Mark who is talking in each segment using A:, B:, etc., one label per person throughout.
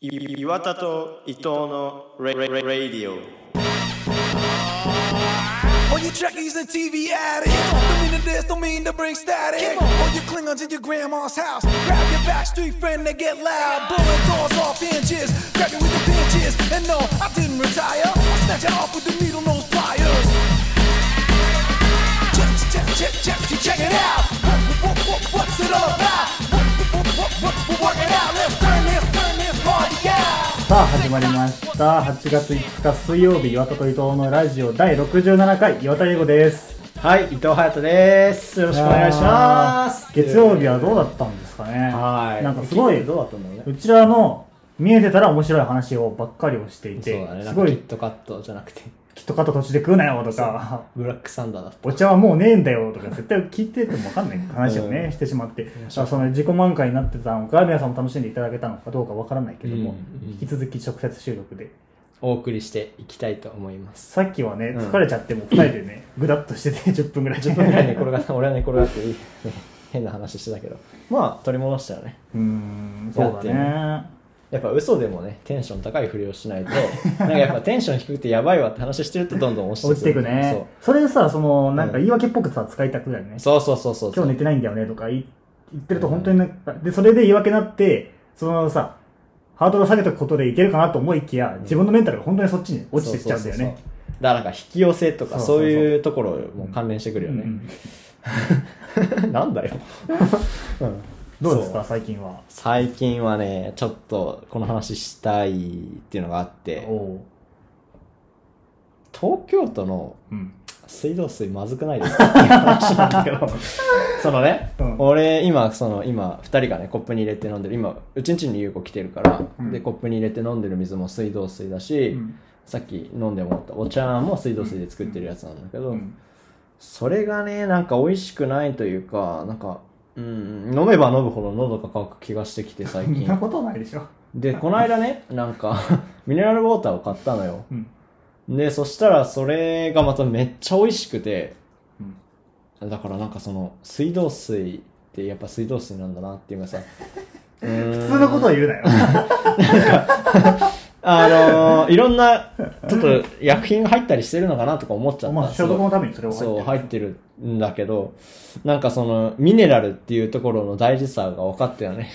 A: い岩田と伊藤のレレレレディオ
B: All you trekkies and TV addicts Don't mean to this, don't mean to bring static All you Klingons in your grandma's house Grab your backstreet friend, they get loud Blowing doors off inches Grab you with the pinches And no, I didn't retire I snatch it off with the needle nose pliers Check, check, check, check, check, check it out what, what, what, What's it all about? What, what, what, what, what, work it out Let's turn this, turn this party out
C: さあ始まりました8月5日水曜日岩田と伊藤のラジオ第67回岩田英吾ですよ
A: はい伊藤隼人ですよろしくお願いします
C: 月曜日はどうだったんですかね
A: はい
C: なんかすごい
A: 月曜日どうだと思うね
C: うちらの見えてたら面白い話をばっかりをしていて、
D: そうだね、な
C: す
D: んか
C: ご
D: キッ
C: い
D: トカットじゃなくて、
C: きっとかと土地で食うなよとか
D: ブラックサンダーだった。
C: お茶はもうねえんだよとか絶対聞いてても分かんない話をね、
D: うん
C: してしまってその自己満開になってたのか皆さんも楽しんでいただけたのかどうか分からないけども、
D: うんうん
C: 引き続き直接収録で
D: お送りしていきたいと思 います。
C: さっきはね
D: うん
C: 疲れちゃってもう2人で ねぐだっとしてて10分ぐらい
D: 10分ぐらい寝転がって、俺は寝転がっていい、変な話してたけど、まあ、取り戻したよね。
C: うーんそうだね
D: やっぱ嘘でもね、テンション高いふりをし ないと、なんかやっぱテンション低くてやばいわって話してるとどんどん落ちて
C: 落ちていくねそれさそのなんか言い訳っぽくさ使いたくなるね
D: そうそうそうそうそ
C: 今
D: う。
C: 日寝てないんだよねとか言言ってると本当になんかでそれで言い訳になってそのさハードルを下げておくことでいけるかなと思いきや自分のメンタルが本当にそっちに落ちてっちゃうんだよ
D: そそ
C: ね
D: そそうだからなんか引き寄せと
C: そ
D: か
C: うそうそう
D: そういうところも関連してく
C: う
D: るよ
C: んう
D: ね。
C: ん
D: な んだよ。うん
C: どうですか最近は
D: 最近はね、ちょっとこの話したいっていうのがあって、
C: おう
D: 東京都の
C: うん
D: 水道水まずくないですかっていう話なんだ けど、そのね、
C: うん
D: 俺今、その今、二人がね、コップに入れて飲んでる、今、うちんちに優子来てるから、
C: うん
D: で、コップに入れて飲んでる水も水道水だし、
C: うん
D: さっき飲んでもらったお茶も水道水で作ってるやつなんだけど、
C: うん
D: それがね、なんか美味しくないというか、なんか、うん、飲めば飲むほど喉が渇く気がしてきて最
C: そん
D: 近
C: な。ことないでしょ
D: で、この間ね、なんか、 ミネラルウォーターを買ったのよ。
C: うん
D: で、そしたらそれがまためっちゃ美味しくて、
C: うん
D: だからなんかその、水道水ってやっぱ水道水なんだなっていうかさ、普
C: 普通のことを言うなよ
D: あのーいろんな、ちょっと薬品が入ったりしてるのかなとか思っちゃった。
C: まあ消毒のためにそれを 入ってる
D: そう、入ってるんだけど、なんかその、ミネラルっていうところの大事さが分かったよね。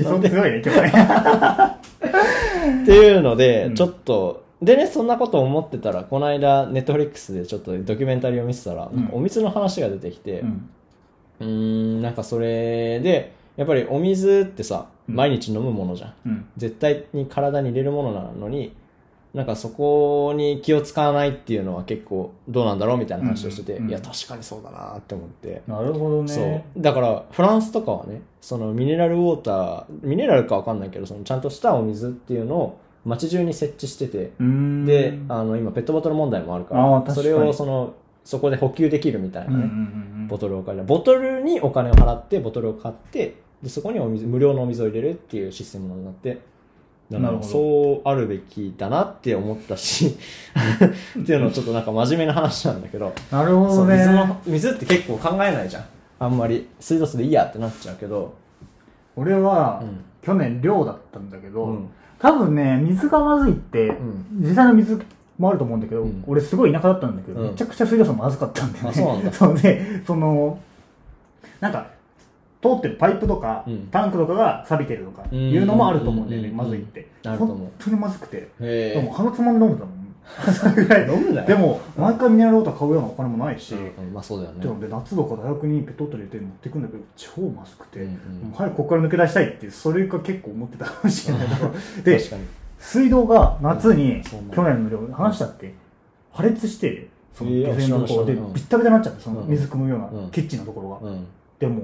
C: 思想強いね、今日ね。
D: っていうので、
C: うん
D: ちょっと、でね、そんなこと思ってたら、この間、ネットフリックスでちょっとドキュメンタリーを見てたら、
C: うん
D: お水の話が出てきて、
C: う
D: うんーん、なんかそれで、やっぱりお水ってさ、
C: うん
D: 毎日飲むものじゃん。
C: うん。
D: 絶対に体に入れるものなのに、なんかそこに気を使わないっていうのは結構どうなんだろうみたいな話をしてて、
C: うんうん
D: いや、確かにそうだなって思って。
C: なるほど
D: そう
C: ね。
D: だからフランスとかはねそのミネラルウォーターミネラルかわかんないけどそのちゃんとしたお水っていうのを街中に設置してて
C: うーん。
D: であの今ペットボトル問題もあるか
C: あー
D: ら
C: 確か
D: そ
C: に
D: れをそのそこで補給できるみたい
C: うんうん
D: な
C: う
D: ね
C: ん
D: ボトルを借りるボトルにお金を払ってボトルを買ってでそこにお水無料のお水を入れるっていうシステムになってだか
C: なるほど
D: らそうあるべきだなって思ったし っていうのをちょっとなんか真面目な話なんだけど
C: なるほ
D: そ
C: ど
D: う水
C: ね
D: の。水って結構考えないじゃんあんまり水道水でいいやってなっちゃうけど、
C: 俺は
D: うん、
C: 去年寮だったんだけ
D: う
C: ど
D: ん、
C: 多分ね、水がまずいって、
D: ん
C: 実際の水もあると思うんだけど
D: うん、
C: 俺すごい田舎だったんだけど、
D: うん
C: めちゃくちゃ水道水まずかったんだよね。
D: あそうなん だ
C: そうで、その、なんか、通ってるパイプとか
D: うん、
C: タンクとかが錆びてるとか、いうのもあると思うんだよね、
D: うん
C: まずいって。
D: あると思う
C: 本当にまずくて。
D: へ
C: でも鼻つまんで飲んでたもん。 それぐらい
D: 飲むなよ
C: でも、毎回ミネラルウォーター買うようなお金もないし、
D: うん、まあそうだよね
C: でもで夏とか大学にペットボトル入れて持ってくんだけど超まずくて、
D: うんうん
C: もう早くここから抜け出したいってそれが結構思ってたかもし れないけどで
D: 確かに
C: 水道が夏に
D: そんな
C: 去年の量話したって破裂してその
D: いや
C: 下水のところで
D: 知らない知らない
C: ビッタビタになっちゃってその
D: うん
C: 水汲むような、
D: うん
C: キッチンのところが、
D: うん
C: でも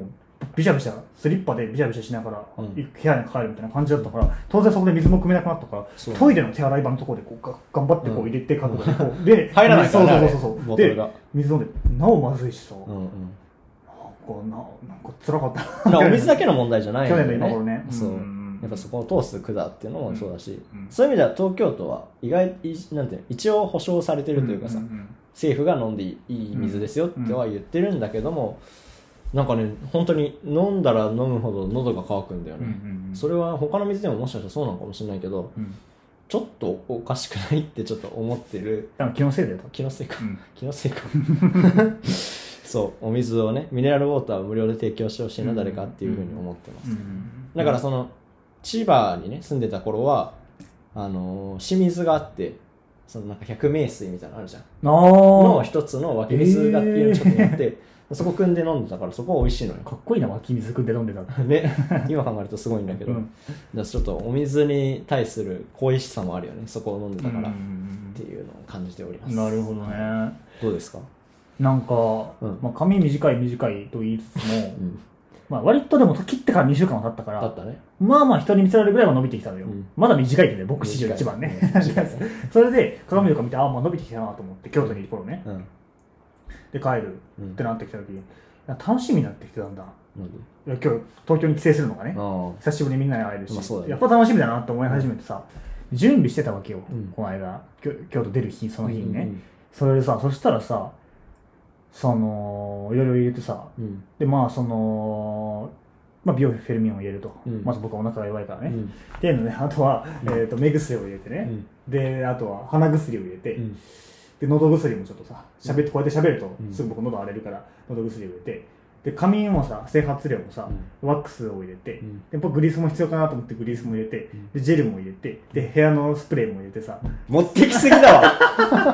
C: ビシャビシャスリッパでビシャビシャしながら、
D: うん
C: 部屋に帰るみたいな感じだったから当然そこで水も汲めなくなったから
D: そう
C: トイレの手洗い場のところでこうが頑張ってこう
D: うん
C: 入れて角度でこうで
D: 入らないから
C: そうそ
D: ね
C: うそうそ
D: ボ
C: う
D: トル
C: で
D: が
C: 水飲んでなおまずいしさ、
D: うんうん
C: こうななんか辛かった
D: だからお水だけの問題じゃないよね
C: 去年の今頃ね
D: そう
C: うんうんうん
D: やっぱそこを通す管っていうのもそうだし、
C: うんうん
D: そういう意味では東京都は意外いなんていうの一応保証されてるというかさ、
C: んんん
D: 政府が飲んでいい水ですよっては言ってるんだけども、なんかね本当に飲んだら飲むほど喉が渇くんだよ
C: うん
D: ね、
C: うんうん
D: それは他の水でももしかしたらそうなのかもしれないけど
C: うん
D: ちょっとおかしくないってちょっと思ってる
C: 多分気のせいだよ多分
D: 気のせいか、
C: うん
D: 気のせ いかそうお水をねミネラルウォーターを無料で提供してほしいな、
C: うん
D: 誰かっていうふうに思ってます、
C: うん
D: だからその千葉にね住んでた頃はあのー清水があってそのなんか百名水みたいなのあるじゃん
C: あ
D: の
C: ー
D: 一つの湧き水が
C: へー
D: 家の近くにあって、そこ汲んで飲んでたからそこは美味しいのよ
C: かっこいいな湧き水汲んで飲んでたって
D: ね今考えるとすごいんだけど、
C: うん
D: だからちょっとお水に対する恋しさもあるよねそこを飲んでたから、
C: う
D: って
C: ん
D: いうのを感じております
C: なるほどね
D: どうですか
C: なんか、
D: うん
C: まあ、髪短い短いと言いつつも
D: う、ん
C: まあ、割とでも切ってから2週間は経ったか
D: だ
C: ら
D: ったね
C: まあまあ人に見せられるぐらいは伸びてきたのよ、
D: うん
C: まだ短いけどね僕史上一番ね
D: 短いね
C: それで鏡とか見てああまあ伸びてきたなと思って京都にいる頃ね
D: うん
C: で帰る
D: う
C: っ
D: ん
C: てなってきた時にいや楽しみになってきてたんだ
D: なんで
C: いや今日東京に帰省するのがね
D: あ
C: 久しぶりにみんなに会えるし、
D: まあそうだよね
C: やっぱ楽しみだなって思い始めてさ、準備してたわけよ、
D: うん
C: この間きょ京都出る日そ
D: あ
C: の日にね、それでさそしたらさそのいろいろ入れてさ
D: うん
C: でまあそのまあ、美容フェルミンを入れると、
D: うん
C: まず僕はお腹が弱いから
D: う
C: ね、
D: ん
C: っていうのねあとは、えー、と目薬を入れて
D: う
C: ね、
D: ん
C: であとは鼻薬を入れて、
D: うん
C: で喉薬もちょっとさしゃべってこうやって喋ると、
D: うん
C: すぐ僕喉荒れるから喉薬を入れてで髪もさ整髪料もさ、ワックスを入れて、
D: うん
C: で僕グリースも必要かなと思ってグリースも入れて、
D: ん
C: でジェルも入れてで部屋のスプレーも入れてさ、
D: 持ってきすぎだわ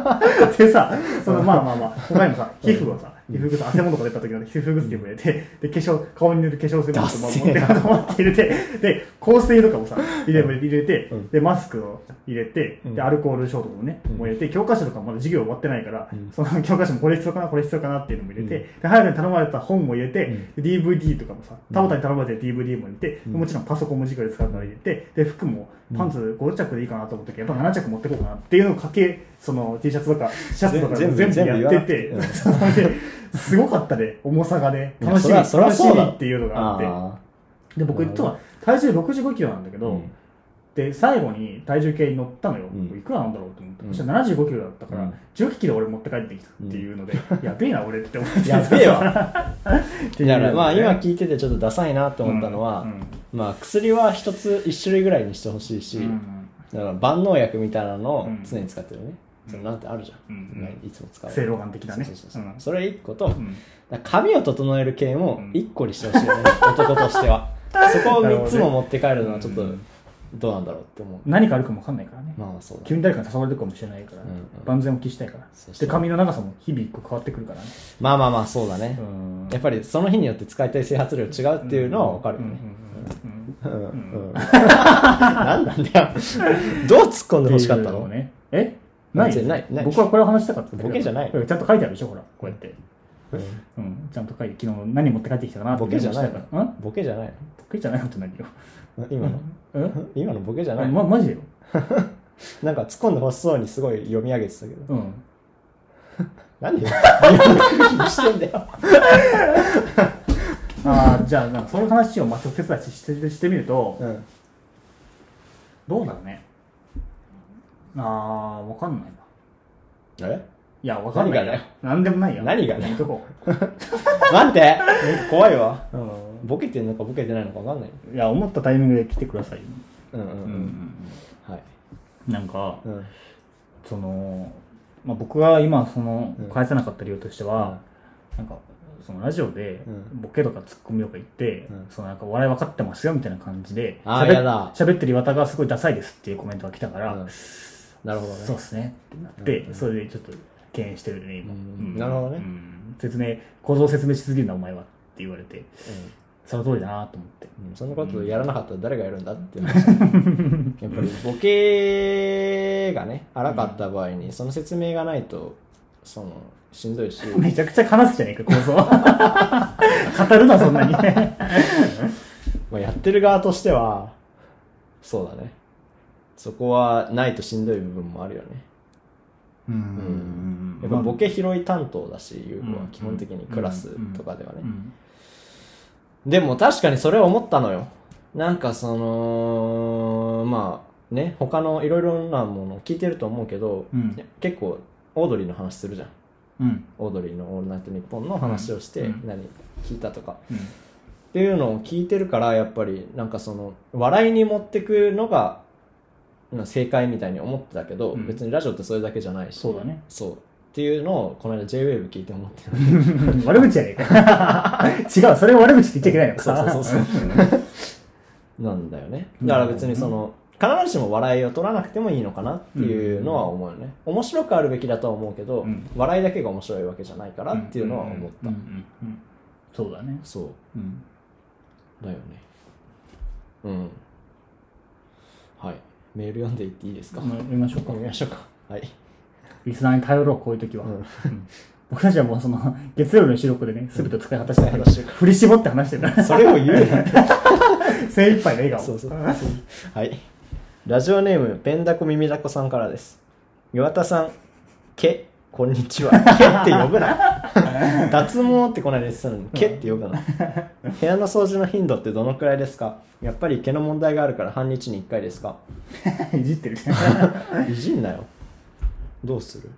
C: でさそのまあまあまあ 他にもさ皮膚をさ
D: うん
C: 皮膚薬汗もとか出た時の皮膚薬も入れてで化粧顔に塗る化粧水も
D: ダ
C: 持
D: ッセ
C: って
D: ー
C: 持って持って入れてで香水とかもさ入れ入れて、
D: うん
C: でマスクを入れて
D: うん
C: でアルコール消毒もね、
D: うん
C: もう入れて教科書とかまだ授業終わってないから、
D: うん
C: その教科書もこれ必要かなこれ必要かなっていうのも入れて、
D: うん
C: で早くに頼まれた本も入れて、
D: う
C: で DVD とかもさ田畑に頼まれてる DVD も入れて、
D: うん
C: もちろんパソコンも授業で使うから入れてで服もパンツ5着でいいかなと思ったけどやっぱ7着持ってこうかなっていうのをかけその T シャツとかシャツとか
D: 全
C: 全
D: 部
C: 部や
D: 全部
C: ってて、
D: 言わな
C: そのですごかったね、重さがね、
D: いや
C: 楽しみ、
D: そりゃそりゃ
C: 楽し
D: そう
C: み
D: だ
C: っていうのがあっ
D: あ
C: て、で、僕、いつも体重65キロなんだけ
D: ー
C: ど、
D: うん
C: で、最後に体重計に乗ったのよ、
D: うん
C: いくらなんだろうと思って、
D: うん
C: そしたら75キロだったから、
D: うん
C: 10キロ俺持って帰ってきたっていうので、やべえな、俺って思って、
D: やべえ わ
C: っていう
D: だからまあ
C: ね
D: 今聞いててちょっとダサいなと思ったのは、
C: うん
D: まあ薬は一つ一種類ぐらいにしてほしいし、
C: うんうん
D: だから万能薬みたいなのを
C: うん
D: 常に使ってるね、
C: うん
D: そのなんてあるじゃん、
C: うん
D: ねいつも使う
C: 正露丸的なね
D: そうそうそう
C: うん
D: それ一個と、
C: うん
D: だから髪を整える系も
C: うん
D: 一個にしてほしいよね、男として はそこを三つも持って帰るのはちょっと
C: うん
D: どうなんだろうって思う、
C: 何かあるかもわかんないからね、
D: まあそうだ
C: 急に誰かに誘われるかもしれないから、
D: うんうん
C: 万全を期したいから
D: そうそう
C: で髪の長さも日々一個変わってくるからね
D: まあまあまあそうだね、
C: うん
D: やっぱりその日によって使いたい整髪量違うっていうのは分かるよね、
C: うんうんうんうん
D: うんうん、何なんだよどう突っ込んで欲しかった
C: っていう
D: の
C: ねえない
D: 全然ないない
C: 僕はこれを話したかったんだけど
D: ボケじゃない
C: ちゃんと書いてあるでしょほらこうやってうんちゃんと書いて昨日何持って帰ってきたかなって
D: ボケじゃな
C: メ
D: い
C: モしたからうん
D: ボケじゃない
C: ボケじゃないこと何よ
D: の今の
C: うん
D: 今のボケじゃない
C: まマジでよ
D: なんか突っ込んで欲しそうにすごい読み上げてたけ
C: う
D: ど
C: ん
D: なんで微妙な空気にしてんだよ
C: ああじゃあなんかその話をまあ直接だししてしてみると
D: うん
C: どうだろうねああわかんないな
D: え
C: いやわかんない
D: 何がね
C: なんでもないよ
D: 何がね
C: やめとこ
D: 待ってなんか怖いわ、ボケてんのかボケてないのか分かんないう
C: いや思ったタイミングで来てくださいよ
D: うんうんう
C: うん
D: んはい
C: なんか
D: うん
C: その、まあ、僕が今その
D: うん
C: 返せなかった理由としては、なんかそのラジオで
D: うん
C: ボケとかツッコミとか言って、
D: うん
C: そのなんかお笑い分かってますよみたいな感じで
D: あー
C: 喋っ
D: やだ
C: 喋ってる岩田がすごいダサいですっていうコメントが来たから、
D: うんなるほどね
C: そうですねってなって、
D: うんうん
C: それでちょっと敬遠してるね今、
D: う
C: うんん
D: なるほどね
C: うん説明構造説明しすぎるなお前はって言われてその通りだなと思って
D: うんうんそんなことやらなかったら誰がやるんだ って話やっぱりボケがね荒かった場合にその説明がないとそのしんどいし
C: めちゃくちゃ話すじゃねえか構造 語るなそんなに
D: まあ、やってる側としてはそうだねそこはないとしんどい部分もあるよね
C: う
D: やっぱボケ拾い担当だし優子は
C: うん
D: 基本的にクラスとかではね、
C: うん
D: でも確かにそれを思ったのよなんかそのまあね他のいろいろなものを聞いてると思うけど、
C: うん
D: 結構オードリーの話するじゃん
C: うん。
D: オードリーの「オールナイトニッポン」の話をして、
C: うん
D: 何聞いたとか
C: うん。
D: っていうのを聞いてるからやっぱりなんかその笑いに持ってくのがうん正解みたいに思ってたけど、
C: うん
D: 別にラジオってそれだけじゃないし
C: そうだね
D: そうっていうのをこの間 JWAVE 聞いて思ってた
C: 悪口じゃねえか。違う、それを悪口って言っちゃいけないの。
D: そうそうそうそうなんだよねだから別にその必ずしも笑いを取らなくてもいいのかなっていうのは思うよね面白くあるべきだとは思うけど、
C: うん
D: 笑いだけが面白いわけじゃないからっていうのは思った、
C: うんうんうんそうだね。
D: そう
C: うん。
D: だよねうんはいメール読んでいっていいですか、
C: まあ読みましょうか
D: 読。みましょうかはい
C: リスナーに頼ろう、こういう時は。
D: うん
C: うん僕たちはもうその、月曜日の収録でね、すべてを使い果たしてる
D: 使い果たしてる
C: 振り絞って話してるから、
D: それを言うな
C: 精一杯の笑顔。
D: そうそう はいラジオネームペンダコミミダコさんからです岩田さんけこんにちはけって呼ぶな 脱毛ってこないで言ってたのにけって呼ぶな部屋の掃除の頻度ってどのくらいですかやっぱり毛の問題があるから半日に1回ですか
C: いじってる。
D: いじんなよどうする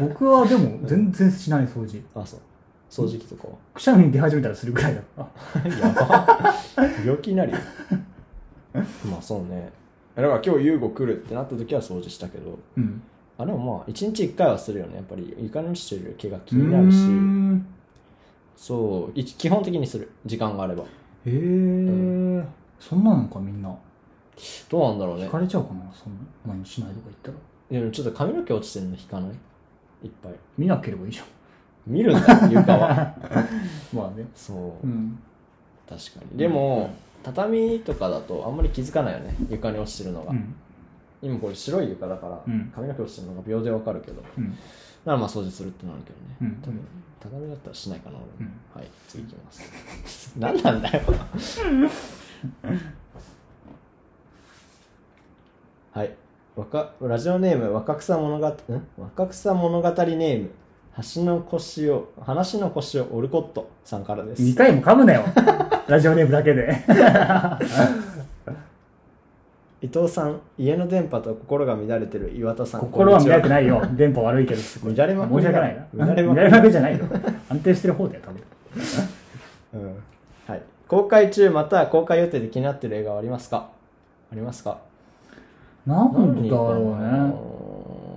C: 僕はでも、全然しない掃除。
D: あそう掃除機とかは
C: くしゃみ出始めたらするぐらいだから。
D: やば病気になるよまあそうねだから今日優吾来るってなった時は掃除したけど
C: うん。
D: あでもまあ一日一回はするよねやっぱり床のしてる毛が気
C: うー
D: になるし
C: ん。
D: そうい基本的にする時間があれば
C: へえ。そんなのか、みんな。
D: どうなんだろうね
C: 惹かれちゃうかな、そんな。前にしないとか言ったら。
D: でもちょっと髪の毛落ちてるの引かないいっぱい
C: 見なければいいじゃん。
D: 見るん だよ床は
C: まあね。
D: そ
C: う
D: う
C: ん。
D: 確かにでも畳とかだとあんまり気づかないよね床に落ちてるのが、
C: うん。
D: 今これ白い床だから、
C: うん
D: 髪の毛落ちてるのが秒でわかるけど
C: うん。
D: ならまあ掃除するってなるけどね、
C: うん
D: 多分畳だったらしないかな俺も、はい次いきます 何なんだよはいわかラジオネーム若草物語ん若草物語ネーム橋の腰を話の腰をオルコットさんからです
C: 2回も噛むな よ。ラジオネームだけで。
D: 伊藤さん家の電波と心が乱れてる岩田さん
C: 心は乱れて
D: い
C: ないよ。電波悪いけど、すごい。
D: 乱れまくりだ
C: 申し訳ないな。
D: 乱れまく
C: 乱
D: り
C: れまくりじゃないよ。安定してる方だよ、多分。
D: うんはい、公開中または公開予定で気になってる映画はありますかありますか
C: なんだろうね。うー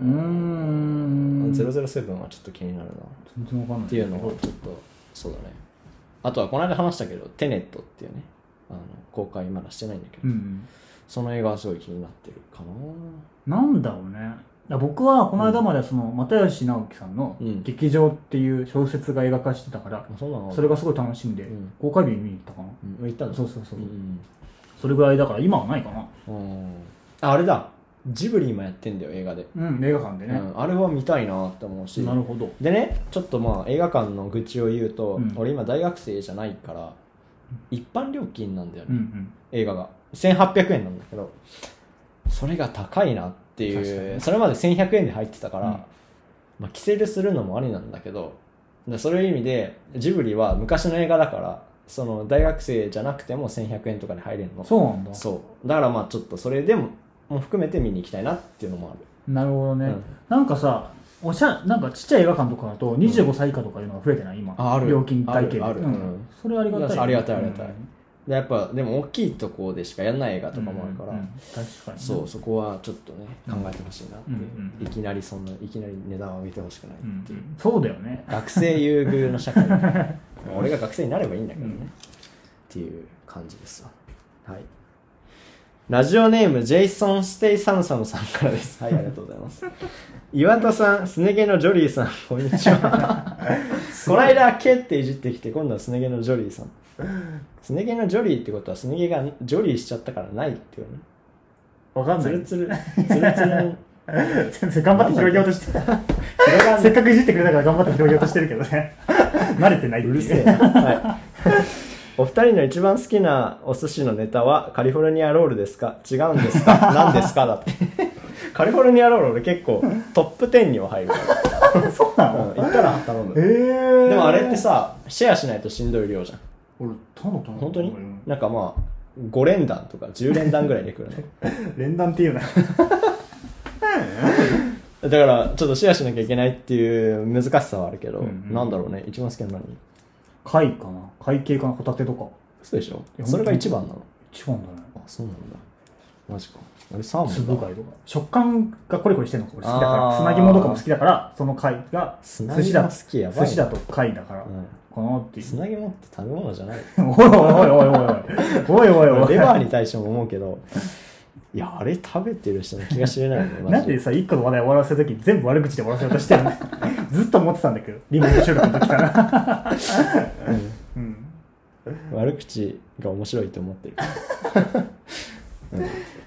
D: うん
C: ん。全
D: 007はちょっと気になるなっ
C: 然わかんない。
D: ていうのをちょっとそうだねあとはこの間話したけどテネットっていうねあの公開まだしてないんだけど、
C: うん。
D: その映画はすごい気になってるかな
C: なんだろうね。だから僕はこの間までその又吉直樹さんの
D: う
C: 「
D: ん
C: 劇場」っていう小説が映画化してたから、
D: あそうなの
C: それがすごい楽しんで、
D: うん
C: 公開日に見に行ったかな、
D: うん行ったの
C: そうそうそう、
D: ん
C: それぐらいだから今はないかな
D: うんああれだジブリ今やってんだよ映画で、
C: うん映画館で
D: う
C: ね、
D: ん、あれは見たいなって思うし
C: なるほど
D: でねちょっとまあ映画館の愚痴を言うと、
C: うん
D: 俺今大学生じゃないから一般料金なんだよね、
C: うんうん
D: 映画が1800円なんだけどそれが高いなって
C: 確
D: い
C: か
D: う、
C: に
D: それまで1100円で入ってたから、
C: うん
D: まあ、キセルするのもありなんだけどでそういう意味でジブリは昔の映画だからその大学生じゃなくても1100円とかで入れるの
C: そうなんだ
D: そうだからまあちょっとそれでもも含めて見に行きたいなっていうのもある
C: なるほどね、
D: うん
C: なんかさおしゃなんかちっちゃい映画館とかだと25歳以下とかいうのが増えてない今、
D: あある
C: 料金体系で
D: あるある
C: うん
D: うん
C: それありがたいよね、
D: ありがたいありがたい
C: うん
D: でやっぱでも大きいとこでしかやんない映画とかもあるから、
C: うんうん確かに
D: そうそこはちょっとね考えてほしいなっていう、
C: うんうん
D: いきなりそんないきなり値段を上げてほしくないっ
C: うん
D: ていう、
C: そうだよね
D: 学生優遇の 社会俺が学生になればいいんだけどね、
C: うん
D: っていう感じですわはいラジオネームジェイソン・ステイ・サムサムさんからですはいありがとうございます 岩田さんすね毛のジョリーさんこんに ちはこないだケっていじってきて今度はすね毛のジョリー さんすね毛のジョリーってことはすね毛がジョリーしちゃったからないっていうね
C: わかん
D: ツ
C: ない
D: ルツルツルツルの
C: 先生頑張って広げようとして
D: 広がんな
C: せっ
D: い
C: かくいじってくれたから頑張って広げようとしてるけど ね慣れてないってい
D: う
C: う
D: るせえな、はい、お二人の一番好きなお寿司のネタはカリフォルニアロールですか違うんで すか何ですかだってカリフォルニアロール俺結構トップ10には入るから、
C: そうなの、
D: うん、行ったら頼
C: え
D: む
C: ー、
D: でもあれってさシェアしないとしんどい量じゃん
C: 俺頼んだ
D: 本当になんかまあ5連弾とか10連弾ぐらいで来るね
C: 連弾っていうな
D: だから、ちょっとシェアしなきゃいけないっていう難しさはあるけど、
C: うんうん
D: なんだろうね、一番好きなの何
C: 貝かな貝系かなホタテとか。
D: そうでしょ
C: いや
D: それが一番なの。
C: 一番だね。
D: あ、そうなんだ。マジか。あれ、サーモンだ。
C: 粒貝とか。食感がコリコリしてるのが俺好きだか
D: あ
C: ら、
D: ー
C: 砂肝とかも好きだから、その貝が、
D: 砂
C: 寿司だ
D: 肝好きやばい
C: 寿司だと貝だから、
D: うん
C: かなっていう。
D: 砂肝って食べ物じゃない。
C: おいおいおいおいおいおいおいおいおい
D: レバーに対しても思うけど、いや、あれ食べてる人の気が知 れないよね、マ
C: なん
D: ジで
C: で。さ、一個の話題終わらせるとき全部悪口で終わらせようとしてるのずっと思ってたんだけど、リモート収録の時 から。うん。
D: 悪口が面白いと思ってる。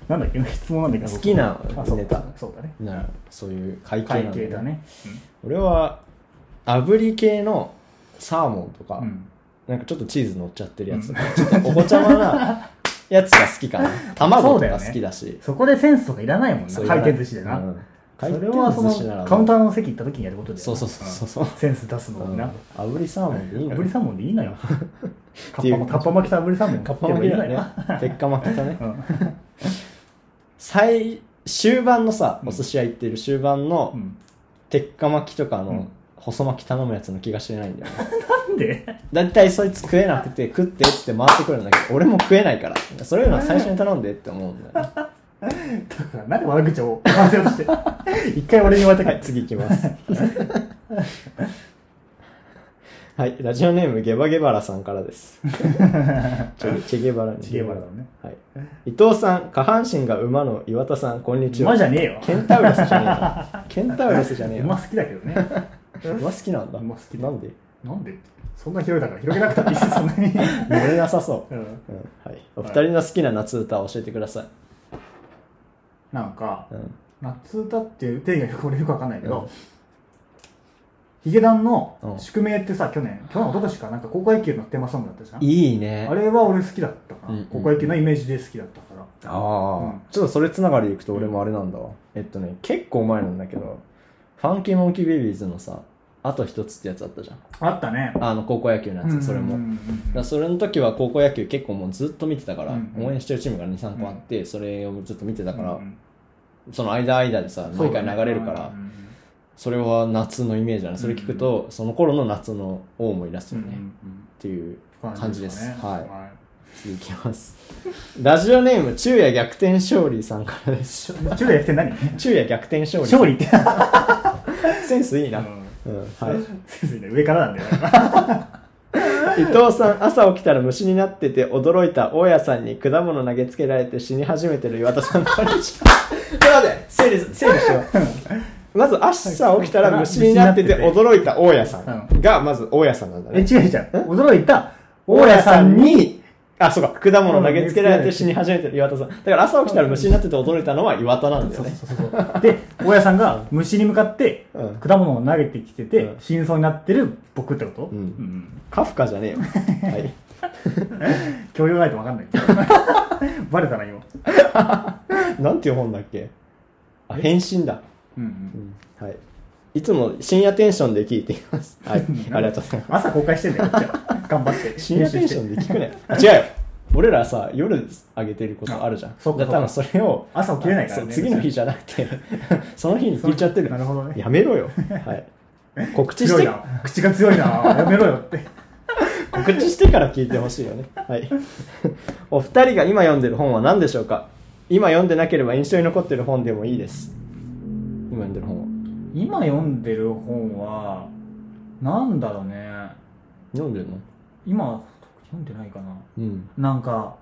C: なんだっけ質問なんだっけど
D: 好きな
C: あそう
D: ネタ
C: そうだね。
D: なら、そういう会計
C: 会
D: なん
C: 計だね。
D: 俺は、炙り系のサーモンとか、
C: うんうん。
D: なんかちょっとチーズ乗っちゃってるやつとか、ちょっとお子ちゃまなやつが好きか な。卵
C: そう
D: と
C: だよ
D: か
C: ね
D: 好きだし。
C: そこでセンスとかいらないもんな。
D: そう
C: 回転寿司でな。
D: うん
C: そ
D: 回
C: れ
D: 転
C: はそ
D: 寿司な
C: の
D: ら
C: カウンターの席行った時にやることで
D: そうそうそうそう
C: センス出すの
D: う
C: に
D: ん
C: な
D: 炙りサーモンでいいの
C: 炙りサーモンでいいのよカ
D: てい
C: ッパ
D: う
C: カッパ巻きと炙りサーモン
D: カッ
C: 食って
D: パ巻
C: もい
D: き
C: い
D: だ
C: の
D: ね
C: よ
D: 鉄火巻きだね
C: うん
D: 最終盤のさ
C: うん
D: お寿司屋行ってる終盤の
C: うん
D: 鉄火巻きとか
C: う
D: の
C: ん
D: 細巻き頼むやつの気がしてないんだよね
C: なんで
D: だいたいそいつ食えなくて食ってっつって回ってくるんだけど俺も食えないからそれよりは最初に頼んでって思うんだよね
C: だからなんで悪口を話せようとして 一回俺に言われた
D: は
C: け
D: い
C: ど
D: 次行きますはいラジオネームゲバゲバラさんからですチェチェゲバラに
C: チゲバラだね
D: はい、伊藤さん下半身が馬の岩田さんこんにちは
C: 馬じゃねえよ
D: ケンタウロスじゃねえよ。ケンタウロスじゃねえ
C: 馬
D: よ。
C: 好きだけ どね
D: 馬好きなんだ。
C: 馬好きだ
D: なんで
C: なんでそんな広いだから広げなくたっていいっすそんなに
D: 乗れなさ そう。
C: うん
D: うんはい、お二人の好きな夏歌を教えてください。
C: なんか
D: うん、
C: 夏歌っていう定義がこれよくわかんないけ
D: う
C: ど
D: ん
C: ヒゲダンの
D: うん
C: 宿命ってさ去年去年一昨年かなんか高校野球のテーマソングだったじゃん
D: いいね。
C: あれは俺好きだったか
D: うんうん
C: な。高校野球のイメージで好きだったから。
D: ああ、
C: うん
D: ちょっとそれつながりでいくと俺もあれなんだわ。えっとね、結構前なんだけど、ファンキーモンキーベイビーズのさ、あと一つってやつあったじゃん。
C: あったね。
D: あの、高校野球のやつ、それも。
C: うんうん
D: だか
C: うん
D: らそれの時は高校野球結構もうずっと見てたから、
C: うんうん
D: 応援してるチームが2、3個あって、それをずっと見てたから、
C: うん
D: その間間でさ、毎回流れるから、
C: うんうん
D: それは夏のイメージだね。それ聞くと、その頃の夏のを思い出すよね。
C: う
D: っ
C: んうん
D: ていう
C: うん
D: 感じです。
C: かね
D: はい。次いきます。 ラジオネーム、昼夜逆転勝利さんからです。
C: い。中でやって何
D: 昼夜逆転勝利。
C: 勝利って。
D: センスいいな。
C: うん
D: うん、は
C: 先生ね上からなん だよ。
D: い。伊藤さん、朝起きたら虫になってて驚いた大家さんに果物投げつけられて死に始めてる岩田さんからで した。ちょっと待って、整理、整理しよう。まず、朝起きたら虫になってて驚いた大家さんが、まず大家さんなんだ
C: え、
D: ね。
C: 違う違う。驚いた、
D: 大
C: 大
D: 家
C: 家
D: さ
C: さ
D: ん
C: んに、
D: に、あ、そうか、果物投げつけられて死に始めてる岩田さん。だから朝起きたら虫になってて驚いたのは岩田なんだよね。
C: そうそうそうで、大家さんが虫に向かって
D: うん、
C: 果物を投げてきてて
D: う、ん
C: 死にそうになってる僕ってこと
D: う
C: うんん。
D: カフカじ ゃねえよ。はい。
C: 教養ないとわかんない。 バレたな、今。
D: なんていう本だっけあ、変身だ。
C: うんう
D: うんんはい。いつも深夜テンションで聞いています。 はい。ありがとうございます。
C: 朝公開してんだよ、こっちは頑張って。
D: 深夜テンションで聞くね。あ違うよ。俺らさ、夜上げてることあるじゃん。
C: あそっか
D: だら多分それを、
C: 朝起きれないから
D: そう
C: ね。
D: 次の日じゃなく て、その日に聞いちゃってる。
C: なるほどね
D: やめろよ。はい。告知し
C: 強い
D: て
C: な。口が強いな。やめろよって。
D: 告知してから聞いてほしいよね。はい。 お二人が今読んでる本は何でしょうか今読んでなければ印象に残ってる本でもいいです。今読んでる本は。
C: 今読んでる本は、なんだろうね。
D: 読んでるの
C: 今、読んでないかな。
D: うん。
C: なんか、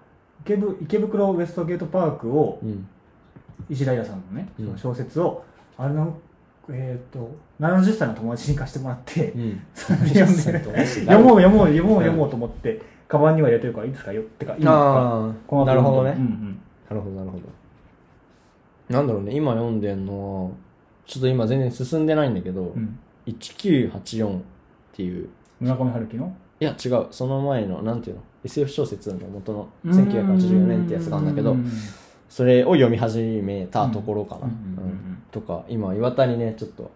C: 池ぶ池袋ウエストゲートパークを
D: う、ん。
C: 石田さんのね、
D: うん
C: 小説を、あれの、えっ、と、70歳の友達に貸してもらって、
D: うん。
C: それで 読んでる。読もう読もう読もう読もうと思って、カバンには入れてるからいつかよってか、今か
D: あ
C: この
D: あ、
C: 後
D: なるほどね。
C: うんうん
D: なるほど、なるほど。なんだろうね、今読んでんのは、ちょっと今全然進んでないんだけど、
C: うん。
D: 1984っていう、
C: 村上春樹の
D: いや違う、その前の、なんていうの、SF 小説の元の1984年ってやつがあるんだけど、
C: うん
D: それを読み始めたところかな。
C: う
D: うん
C: うんうんうん
D: んとか、今、岩田にね、ちょっと、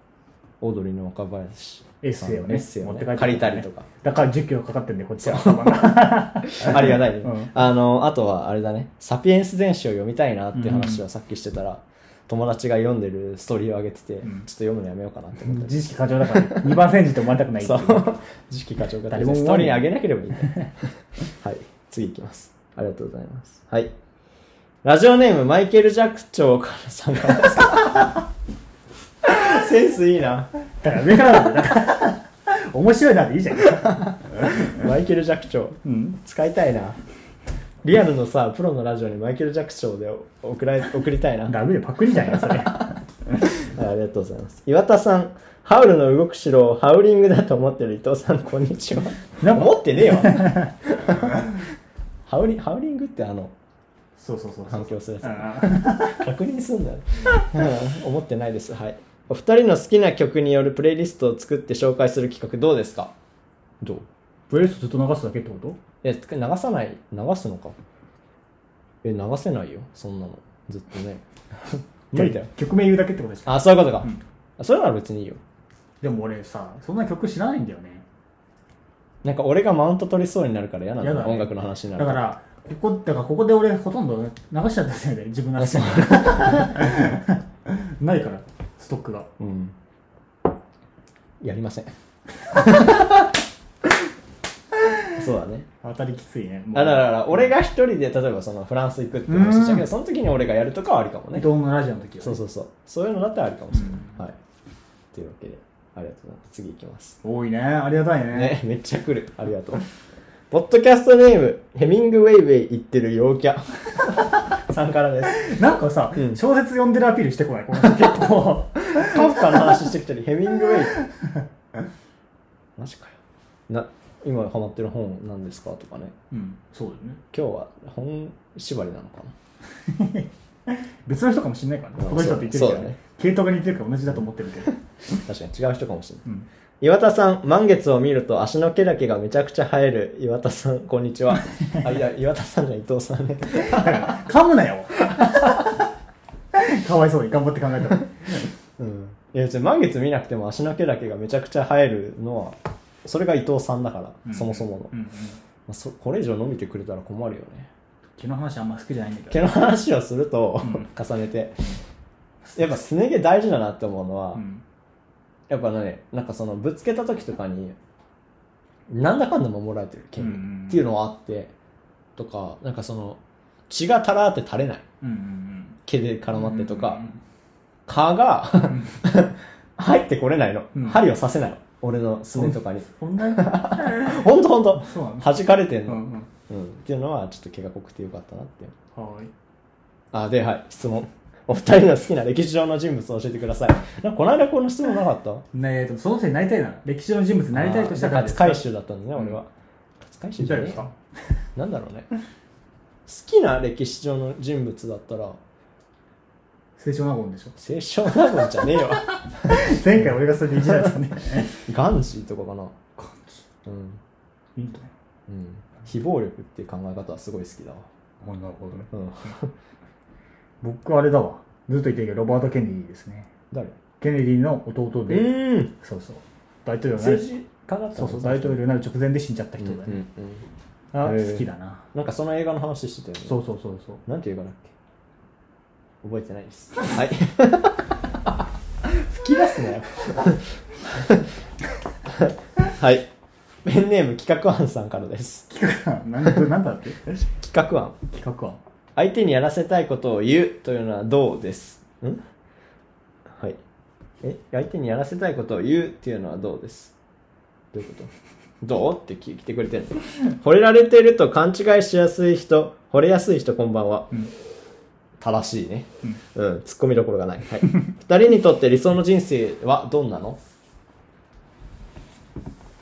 D: オードリーの若 林
C: エッセイをね
D: エッセイを
C: 持っ
D: ね
C: て帰ってきてね
D: 借りたりとか。
C: だから10キロかかってんで、こっちは頭が。
D: ありがたいね。
C: うん
D: あの、あとは、あれだね、サピエンス全史を読みたいなって話はさっきしてたら、友達が読んでるストーリーを上げてて、ちょっと読むのやめようかなって思って
C: 知識過剰だから、2番 煎じって思われたくないって
D: そ
C: いう
D: う。時期課長が
C: 誰も
D: ス
C: 思
D: トー
C: わ
D: リ
C: ね
D: ー
C: え
D: にあげなければいいんだ よ。はい。次いきます。ありがとうございます。はい。ラジオネーム、マイケル・ジャクチョーからさんからです センスいいな。
C: だから上からなんだよだから面白いなっていいじゃん。
D: マイケル・ジャクチョー。
C: うん。
D: 使いたいな。リアルのさ、プロのラジオにマイケル・ジャクチョーで送られ送りたいな。
C: ダメでパクリじゃんよ、それ。
D: はいありがとうございます。岩田さん、ハウルの動く城をハウリングだと思ってる伊藤さん、こんにちは。
C: なんか
D: 思ってねえわ。 ハウリハウリングってあの、
C: そうそうそうそう。
D: 反響するやつ
C: うん
D: 確認すんだよ、うん思ってないです。はい。お二人の好きな曲によるプレイリストを作って紹介する企画どうですかどう
C: プレイリストずっと流すだけってこと
D: え、流さない、流すのか。え、流せないよ、そんなの。ずっと ね。無理だよ。
C: 曲名言うだけってことでしょ。
D: あ、そういうことか。
C: うん
D: あそれなら別にいいよ。
C: でも俺さ、そんな曲知らないんだよね。
D: なんか俺がマウント取りそうになるから嫌なんだ
C: 嫌
D: よ、
C: だね
D: 音楽の話にな
C: だ
D: る
C: か
D: と
C: ら、ここ、だからここで俺ほとんど流しちゃったんだよね、自分の話。ないから、ストックが。
D: うんやり ませんそうだね
C: 当たりきついね。もう
D: あだから俺が一人で例えばそのフランス行くって話したけどその時に俺がやるとかはありかも
C: 伊
D: ね
C: 藤のラジオの時は。
D: そうそうそうそういうのだったらありかもしれない、はいというわけでありがとうございます次行きます
C: 多いね。ありがたいね。
D: ねめっちゃ来るありがとうポッドキャストネームヘミングウェイウェイ言ってる陽キ ャさんからです
C: なんかさ、
D: うん
C: 小説読んでるアピールしてこない。この人結構。
D: カフカの話してきたりヘミングウェイマジかよな今ハマってる本なんですかとかね
C: うん、そうだよね。
D: 今日は本縛りなのかな
C: 別の人かもしれないからね。
D: うん
C: この人って言ってるけ
D: そう
C: ど
D: だね
C: ね。系統が似てるから同じだと思ってるけど。
D: 確かに違う人かもしれない、
C: うん
D: 岩田さん満月を見ると足の毛だけがめちゃくちゃ生える岩田さんこんに ちはあいや岩田さんじゃない伊藤さんね
C: だから、 噛むなよ。 かわいそうに頑張って考えたのに
D: うんいや別に満月見なくても足の毛だけがめちゃくちゃ生えるのはそれが伊藤さんだから、
C: うん
D: そもそもの、
C: うんうん。
D: まあそこれ以上伸びてくれたら困るよね
C: 毛の話あんま好きじゃないんだけ
D: 毛
C: ど。
D: の話をすると、
C: うん
D: 重ねてやっぱすね毛大事だなって思うのは、
C: うん
D: やっぱねなんかそのぶつけた時とかになんだかんだ守られてる毛に、
C: うんうんうん
D: っていうのはあってとかなんかその血がたらーって垂れない
C: うんうんうん。
D: 毛で絡まってと
C: う
D: か、
C: んうん
D: 蚊が入ってこれないの、
C: うん
D: 針を刺せないの俺のすねとかに
C: うん、そんなに
D: ほんとほんと
C: そうなの
D: 弾かれてん
C: う
D: の、うん
C: んうん。
D: っていうのはちょっと毛が濃くてよかったなって
C: はーい。
D: あではい質問お二人の好きな歴史上の人物を教えてくださいなんかこの間この質問なかった
C: ねえと、その人になりたいな。歴史上の人物になりたいとしたら
D: あー勝海舟だったんだね、
C: うん
D: 俺は勝海舟じゃ
C: 誰
D: ね
C: で
D: え
C: すか
D: なんだろうね好きな歴史上の人物だったら
C: 清少納言でしょ。
D: 清少納言じゃね えよ
C: 前回俺がそれでいじられたね。
D: ガンジーとかかな
C: 感じ
D: うん、
C: いいんだね。
D: うん、非暴力っていう考え方はすごい好きだわ、
C: あなるほどね。
D: うん、
C: 僕あれだわ。ずっと言ってるけど、ロバート・ケネディですね。
D: 誰
C: ケネディの弟で、
D: うん
C: そうそう。大統領になる
D: 政治家だった
C: そうそう、大統領になる直前で死んじゃった人
D: 人
C: だ
D: うんう
C: ね。
D: んうん、
C: あ、
D: へえ
C: 好きだな。
D: なんかその映画の話してたよね
C: そうそうそう そう。
D: なんていう映画だっけ覚えてないですはい 吹き出すなよ はいペンネーム企画案さんからです
C: 企画案、なんだなんだ って企
D: 企画案
C: 画案。
D: 相手にやらせたいことを言うというのはどうですんはいえ相手にやらせたいことを言うっていうのはどうですどういうことどうって聞いてくれ てるの惚れられてると勘違いしやすい人惚れやすい人こんばんは、
C: うん
D: 正しいねうん、ツッコミどころがない、 はい、2人にとって理想の人生はどんなの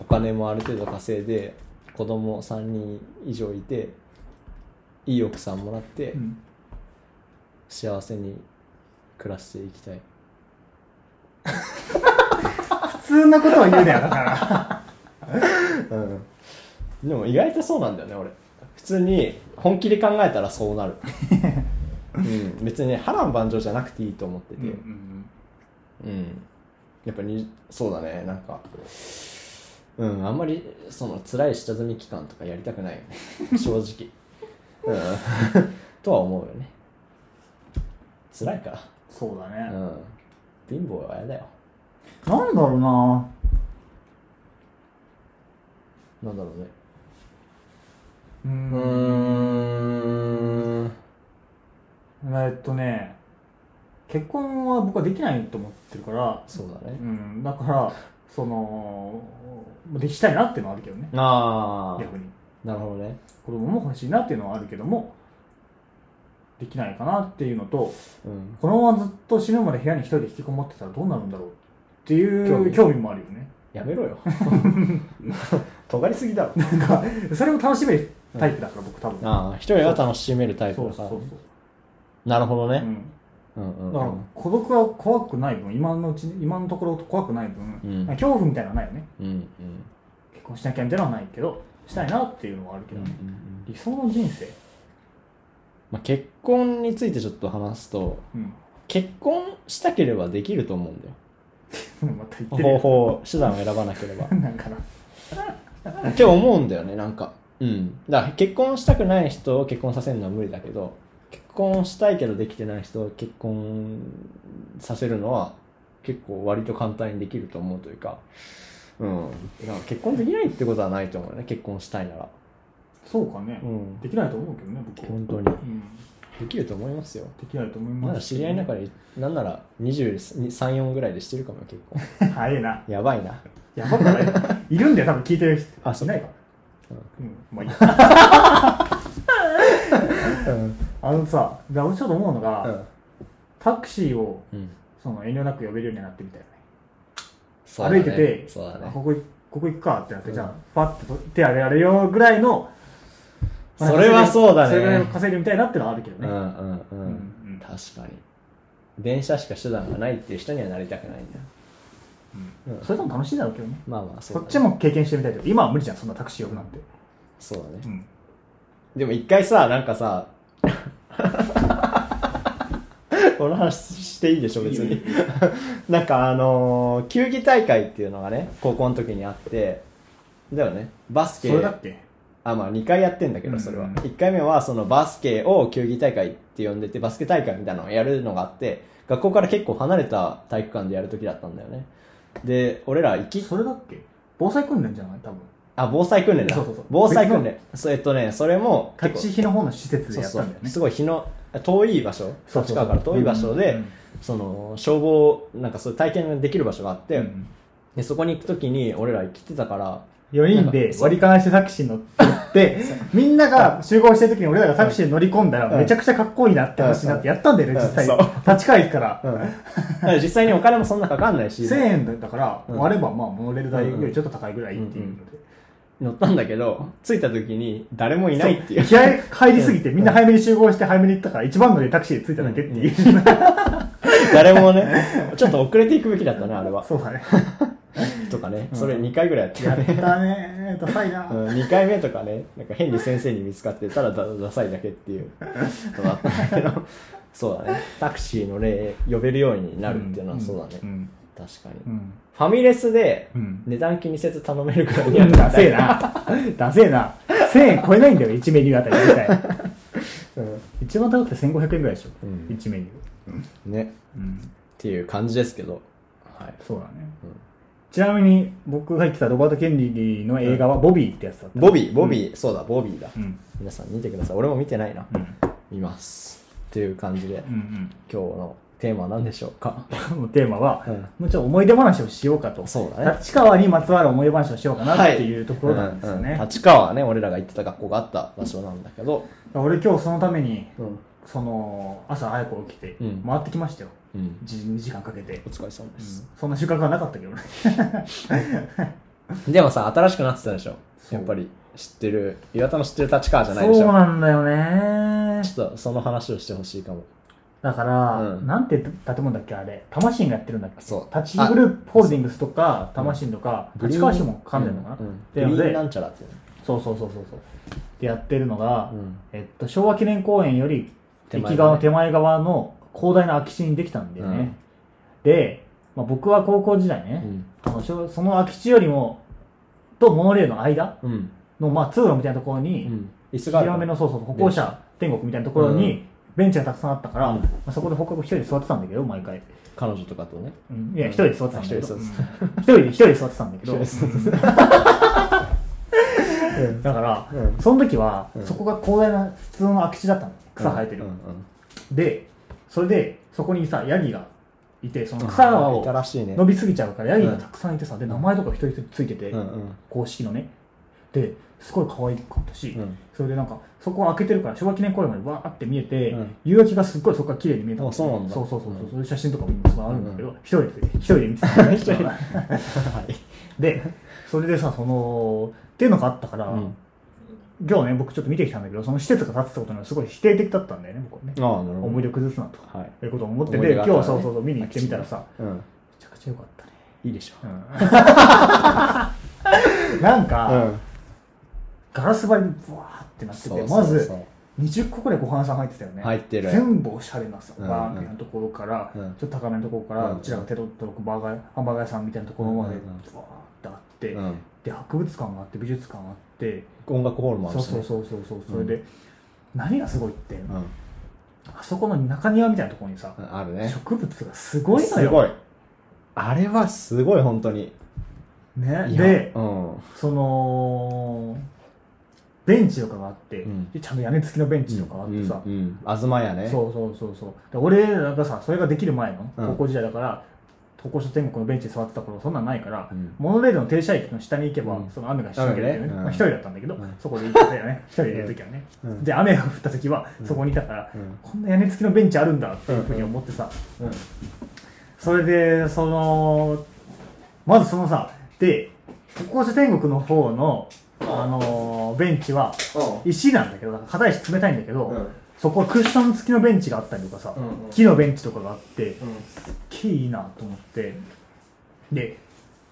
D: お金もある程度稼いで子供3人以上いていい奥さんもらって、
C: うん
D: 幸せに暮らしていきたい
C: 普通のことを言うなよ、だから。
D: でも意外とそうなんだよね俺普通に本気で考えたらそうな る、うん、別にね波乱万丈じゃなくていいと思ってて、うん、やっぱにそうだねなんかうんあんまりその辛い下積み期間とかやりたくないよ ね正 直、うん、とは思うよね辛いから
C: そうだ
D: う
C: ね。
D: ん。貧乏は嫌だよ。
C: なんだろうな
D: なんだろうね。
C: う
D: うー
C: ん。
D: ん。
C: えっとね、結婚は僕はできないと思ってるから、
D: そうだね
C: う。ん、だから、その、できたいなっていうのはあるけどね。
D: あ
C: 逆に。
D: あ。なるほどね。
C: 子供も欲しいなっていうのはあるけども、できないかなっていうのと、
D: うん。
C: このままずっと死ぬまで部屋に一人で引きこもってたらどうなるんだろうって
D: 興
C: いう
D: 味
C: 興味もあるよね。
D: やめろ よ。尖りすぎだろ。
C: なんか、それを楽しめるタイプだから、僕多分。
D: ああ、一人は楽しめるタイプ
C: そう
D: だか
C: そう
D: ら
C: そ
D: ね
C: う。。
D: なるほど
C: う
D: ね。
C: ん
D: うんうん
C: だ
D: う
C: から
D: ん。
C: 孤独は怖くない分、今のうちに、今のところ怖くない分、
D: うん
C: 恐怖みたいなのはないよね。
D: うんうん
C: 結婚しなきゃみたいなのはないけど、したいなっていうのはあるけ
D: うんう
C: ど
D: ん
C: ね。
D: うん
C: 理想の人生
D: まあ結婚についてちょっと話すと、
C: うん。
D: 結婚したければできると思うんだよ。
C: また言ってる
D: 方
C: よ。
D: 法、手段を選ばなければ。
C: なんかな。
D: って思うんだよねなんかうんだから結婚したくない人を結婚させるのは無理だけど結婚したいけどできてない人を結婚させるのは結構割と簡単にできると思うというかうんだから結婚できないってことはないと思うよね結婚したいなら
C: そうかね
D: う。ん
C: できないと思うけどね、僕は。
D: 本当に
C: うん。
D: できると思いますよ
C: できないと思います。
D: まだ知り合いの中
C: で。
D: でなんなら234ぐらいでしてるかもよ結婚
C: 早いな。
D: やばいな
C: やばく ないいるんだよ、多分聞いてる人。
D: あそ
C: い
D: う
C: ないか。うん、まあいいや。あのさ、だ俺ちょっと思うのが、
D: うん
C: タクシーを
D: うん
C: その遠慮なく呼べるようになってみたいね。
D: そうだ
C: 歩
D: ね
C: いてて、
D: そうだ
C: あ
D: ね
C: ここいここ行くかってなって、
D: うん
C: じゃあ、パッと手あげられようぐらいの、
D: それはそうだね
C: それぐらい稼いでみたいなってのはあるけど
D: う
C: ね。
D: んうんう
C: うんん
D: 確かに電車しか手段がないっていう人にはなりたくないんだ
C: うん
D: うん
C: それとも楽しいだろうけどね。
D: まあまあ
C: そ
D: そうだ、
C: っ
D: ね、
C: ちも経験してみたいけど、今は無理じゃん、そんなタクシー呼ぶなんて。
D: そうだね
C: うん。
D: でも一回さなんか さこの話していいんでしょ別に なんかあのー球技大会っていうのがね高校の時にあってだよねバスケ
C: それだっけ
D: あまあ2回やってんだけどそれは、
C: うん
D: 1回目はそのバスケを球技大会って呼んでてバスケ大会みたいなのをやるのがあって学校から結構離れた体育館でやる時だったんだよねで俺ら行き
C: それだっけ防災訓練じゃない多分。
D: あ防災訓練だ
C: そうそうそう
D: 防災訓練そうえっとねそれも
C: 立
D: 結構
C: ち日の方の施設で
D: そう
C: やっ
D: そ
C: たんだよ
D: う
C: ね。
D: すごい日の遠い場所
C: そうそ
D: 立
C: うそう
D: 川から遠い場所で、
C: うんうん
D: その消防なんかそういう体験できる場所があって、
C: うん
D: でそこに行く時に俺ら来てたから
C: 4人で割り勘してタクシーに乗って、みんなが集合してる時に俺らがタクシーに乗り込んだら
D: うん
C: めちゃくちゃかっこいいなって話になってやったんだよね、
D: うん
C: 実際
D: そう。
C: 立ち返りから。
D: うん、だから実際にお金もそんなかかんない し
C: 1000円だから
D: うん
C: 割ればまあモノレール代よりちょっと高いぐらいっていうので。
D: 乗ったんだけど着いた時に誰もいないっていう
C: 気合入りすぎてみんな早めに集合して早めに行ったから一番乗りでタクシーで着いただけっていう。
D: 誰もね ちょっと遅れていくべきだったねあれは
C: そうだね。
D: とかね
C: うん
D: それ2回ぐらいやって
C: や
D: た
C: っ
D: ね、
C: たねダサいな。
D: うん、2回目とかねなんか変に先生に見つかってたらだダサいだけっていうのだった んだけどそうだねタクシーの例呼べるようになるっていうのはそうだね、
C: ん。
D: 確かに、
C: うん。
D: ファミレスで
C: うん
D: 値段気にせず頼めるくらい
C: い
D: に
C: や、
D: はなり
C: ダ
D: たい
C: セえな。 ダセえな。1000円超えないんだよ、1メニューあたり絶対。一番高くて1500円ぐらいでしょ、
D: うん
C: 1メニュー。
D: うんね
C: うん。
D: っていう感じですけどはい
C: そうだね。
D: うん
C: ちなみに、僕が言ってたロバート・ケンネディの映画はボビーってやつだった。
D: ボビーボビー、そうだボビーだ、
C: うん。
D: 皆さん見てください俺も見てないな、
C: うん。
D: いますっていう感じで
C: うん
D: 今日のテーマは何でしょうか、
C: うん。のテーマは、
D: うん
C: もうちょっと思い出話をしようかと。
D: そうだね
C: 立川にまつわる思い出話をしようかなっていうところなんですよ
D: うんうん
C: ね。
D: 立川はね俺らが行ってた学校があった場所なんだけど
C: 俺今日そのために、
D: うん、
C: その、朝早く起きて
D: うん、
C: 回ってきましたよ。1 2時間かけて
D: お。疲れ様です、
C: そんな習慣がなかったけどね。
D: でもさ新しくなってたでしょ
C: そう
D: やっぱり知ってる岩田の知ってる立川じゃないでし
C: そう
D: ょ
C: なんだよね
D: ちょっとその話をしてほしいかも
C: だから、
D: うん
C: なんて建物だっけあれ魂がやってるんだっけ
D: そう
C: 立ちグループホールディングスとか魂とか
D: グリー
C: 立
D: ン
C: 川市も噛んでるのかな、
D: うんうん
C: っていうの
D: グリーン
C: で
D: なんちゃらっていう
C: そうそうそうそうそうでやってるのが、
D: の、うん
C: えっと、昭和記念公園より
D: 手前だね
C: 駅側の手前側の広大な空き地にできたんだよね、で、まあ、僕は高校時代ね、
D: うん
C: あのしょその空き地よりもとモノレールの間
D: うん
C: の、まあ、通路みたいなところに、
D: うん、椅子がある
C: 広めのそうそう歩行者天国みたいなところにベンチがたくさんあったから、
D: うん
C: まあ、そこで放課後一人で座ってたんだけど、毎回。
D: 彼女とかとね。
C: うんいや、一人で座ってたんだけど。
D: あ
C: うん
D: 一人で
C: 一人で一人で座ってたんだけど。うん だから、
D: うん
C: その時は、
D: うん
C: そこが広大な普通の空き地だったの。草生えてる。
D: うんうん
C: で、それで、そこにさ、ヤギがいて、その
D: うん
C: 草
D: い
C: を
D: たらしいね。
C: 伸びすぎちゃうから、ヤギがたくさんいてさ、で、名前とか一人一人ついてて、
D: うんうん
C: 公式のね。で、すごい可愛かったし、
D: うん
C: それでなんか、そこ開けてるから、昭和記念公園までわーって見えて、
D: うん
C: 夕焼けがすっごいそこから綺麗に見えたの
D: あそうなんだ
C: そうそうそうそうう、
D: ん
C: そういう写真とかもすごいあるんだけど、一人で、一人で見てた
D: 一 人ではい。
C: で、それでさ、その、っていうのがあったから、
D: うん
C: 今日ね、僕ちょっと見てきたんだけど、その施設が建つってことにはすごい否定的だったんだよね、僕はね。
D: ああ、なるほ
C: 思い出崩すなと。
D: ど。はい。
C: いうことを思って
D: 思い
C: て、
D: 出が
C: 今
D: あ
C: 日
D: ったね
C: はそうそうそう、見に行ってみたらさ、
D: うん。
C: めちゃくちゃ良かったね。
D: いいでしょ。
C: うん なんか、
D: ん。
C: ガラス張りにブワーってなって
D: そう
C: て、
D: そ
C: ま
D: うそう
C: ず、20個くらいご飯屋さん入ってたよね。
D: 入ってる
C: 全部おしゃれなさ、
D: うん
C: バーゲンのところから、
D: うん
C: ちょっと高めのところから、
D: う
C: うんちらが手取ったとこバーガー、ハンバーガー屋さんみたいなところまで、
D: うんうんうん
C: ブワーってあって、
D: うん。
C: で、博物館があって、美術館があって、
D: 音楽ホールもあ
C: そ
D: る
C: う
D: しね。
C: そうそうそうそう、それで、何がすごいって、
D: うん。
C: あそこの中庭みたいなところにさ、
D: うんあるね。
C: 植物がすごいのよ。
D: すごい。あれはすごい、本当に。
C: ね、
D: いや
C: で、
D: うん。うん
C: その、ベンチとかがあって、
D: うん
C: でちゃんと屋根付きのベンチとかがあってさ、
D: うん。あずまやね。
C: そうそうそうそう。で俺なんかさ、それができる前の
D: うん
C: 高校時代だから、高校書天国のベンチで座ってた頃そんなんないから、
D: うん
C: モノレールの停車駅の下に行けば、
D: うん
C: その雨がしのげるっていうね、
D: 雨ねうん
C: まあ一人だったんだけど、
D: うん
C: そこで行ってたよ ね。一人でいる時はね。
D: うん
C: で、雨が降った時はそこにいたから、
D: うん
C: こんな屋根付きのベンチあるんだっていうふうに思ってさ、
D: うん。
C: それで、その、まずそのさ、で、高校書天国の方の、あのーベンチは、石なんだけど、なんか硬いし冷たいんだけど、
D: うん
C: そこはクッション付きのベンチがあったりとかさ、
D: うんうん
C: 木のベンチとかがあって、
D: うん。
C: きいいなと思って、で、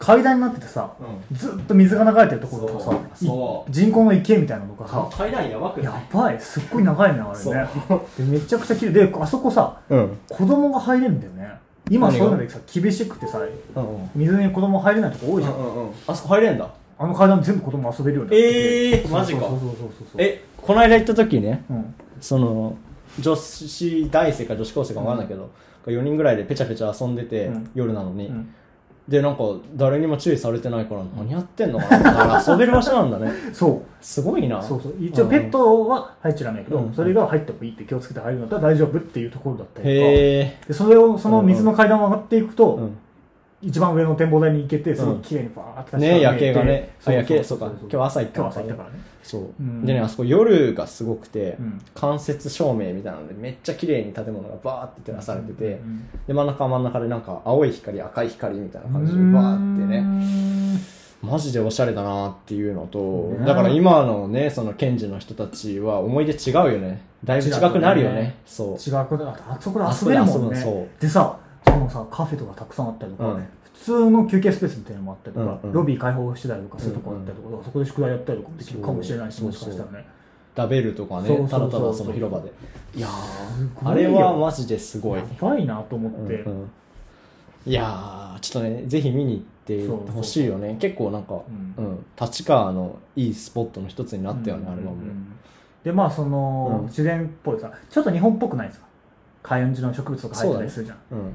C: 階段になっててさ、
D: う
C: ずっと水が流れてるところとかさ、
D: そうそう
C: い人工の池みたいなのがさ、
D: 階段やばく
C: やばい、すっごい長いね、あれね。でめちゃくちゃ綺麗で、あそこさ、
D: うん。
C: 子供が入れるんだよね。今そう
D: 何
C: い
D: が
C: うのでさ、厳しくてさ、
D: うんうん。
C: 水に子供入れないとこ多いじゃん。
D: うんうん。あそこ入れんだ。
C: あの階段全部子供遊べるようになってて。
D: えーマジか
C: そうそうそうそうそう。
D: え、この間行った時ね、
C: うん。
D: その、女子大生か女子高生かわかんないけど、4人ぐらいでペチャペチャ遊んでて、
C: うん
D: 夜なのに、
C: うん
D: で、なんか、誰にも注意されてないから、何やってんのかなだから遊べる場所なんだね。
C: そう。
D: すごいな。
C: そうそう一応ペットは入っちゃダメだけど、
D: うん
C: それが入ってもいいって気をつけて入るんだったら大丈夫っていうところだったりとか
D: へえ。
C: でそれをその水の階段を上がっていくと、
D: うん。
C: 一番上の展望台に行けてすごい綺麗にバーって
D: ね夜景が
C: 見え
D: ね
C: て。
D: あ、夜景、そうか。今日朝行っ
C: 今日朝
D: たか
C: 行ったか
D: らね。
C: らね
D: そうう。
C: ん
D: でね、あそこ夜がすごくて
C: うん、
D: 間接照明みたいなので、めっちゃ綺麗に建物がバーって照らされてて
C: うんうんうん、
D: で、真ん中は真ん中でなんか、青い光、赤い光みたいな感じで、バーってね。マジでおしゃれだなっていうのと、
C: ね
D: だから今のね、その検事の人たちは思い出違うよね。だいぶ違くなるよね。そう。
C: 違うことだあそこで遊べるもん
D: あ
C: ね
D: そこで遊ぶのそ
C: でさそのさカフェとかたくさんあったりとか、
D: うん
C: 普通の休憩スペースみたいなのもあったりとか、
D: うんうん
C: ロビー開放してたりとかするとこあったりとか、そこで宿題やったりとかもできるかもしれないし
D: そう
C: もしかしたらね
D: ダベルとかね
C: そうそう、
D: た
C: そうそ
D: だ
C: う
D: ただその広場で。
C: いやーすご
D: あ
C: い
D: れ
C: よ
D: はマジですごい。
C: やばいなと思って、
D: うんうんいやー、ちょっとね、ぜひ見に行ってほしいよね。結構なんか、う、
C: うん
D: 立川のいいスポットの一つになったよね、あれはも
C: う
D: う。
C: んでまあその、
D: うん
C: 自然っぽいさちょっと日本っぽくないですか海洋寺の植物とか生えてたりするじゃん、
D: うん。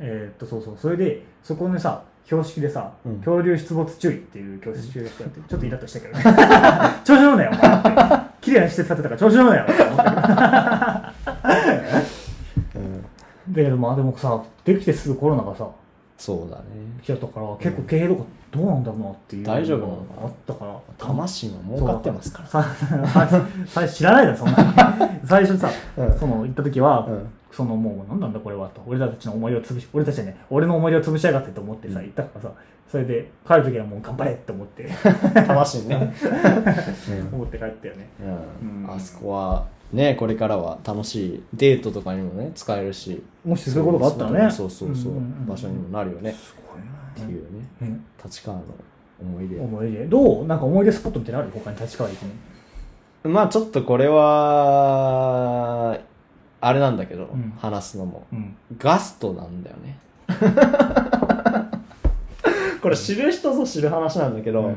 C: えーっとそうそうそれでそこにさ標識でさ、
D: うん
C: 恐竜出没注意っていう教室中学やってちょっとイラッとしたけどね 調子乗んなよお前って綺麗な施設建てたから調子乗んなよって思ったけどだ
D: うん
C: けどまあでもさできてすぐコロナがさ
D: そうだね。
C: 来ちゃったから結構経営とかどうなんだろうなっていう
D: 大丈夫なのかな
C: あったから
D: 多摩市も儲かってますから。
C: さ最初知らないだろそんな に最初さ、
D: うん
C: その行った時は、
D: うん
C: そのもう何なんだこれはと俺たちの思い出を潰し俺たちはね俺の思い出を潰しやがってと思ってさ、行ったからさそれで帰る時はもう頑張れって思って
D: 多摩市 ね。うん
C: 思って帰ったよね
D: うん
C: うん
D: あそこはねこれからは楽しいデートとかにもね使えるし
C: もしそういうことがあったらね
D: そうそうそう、
C: うんうんうん
D: 場所にもなるよね
C: すごい
D: っていうね
C: な、ね、
D: 立川の思い出
C: 思い出どうなんか思い出スポットみたいなのある他に立川駅に
D: まあちょっとこれはあれなんだけど、
C: ん
D: 話すのも
C: うん
D: ガストなんだよ ねこれ知る人ぞ知る話なんだけど、
C: うん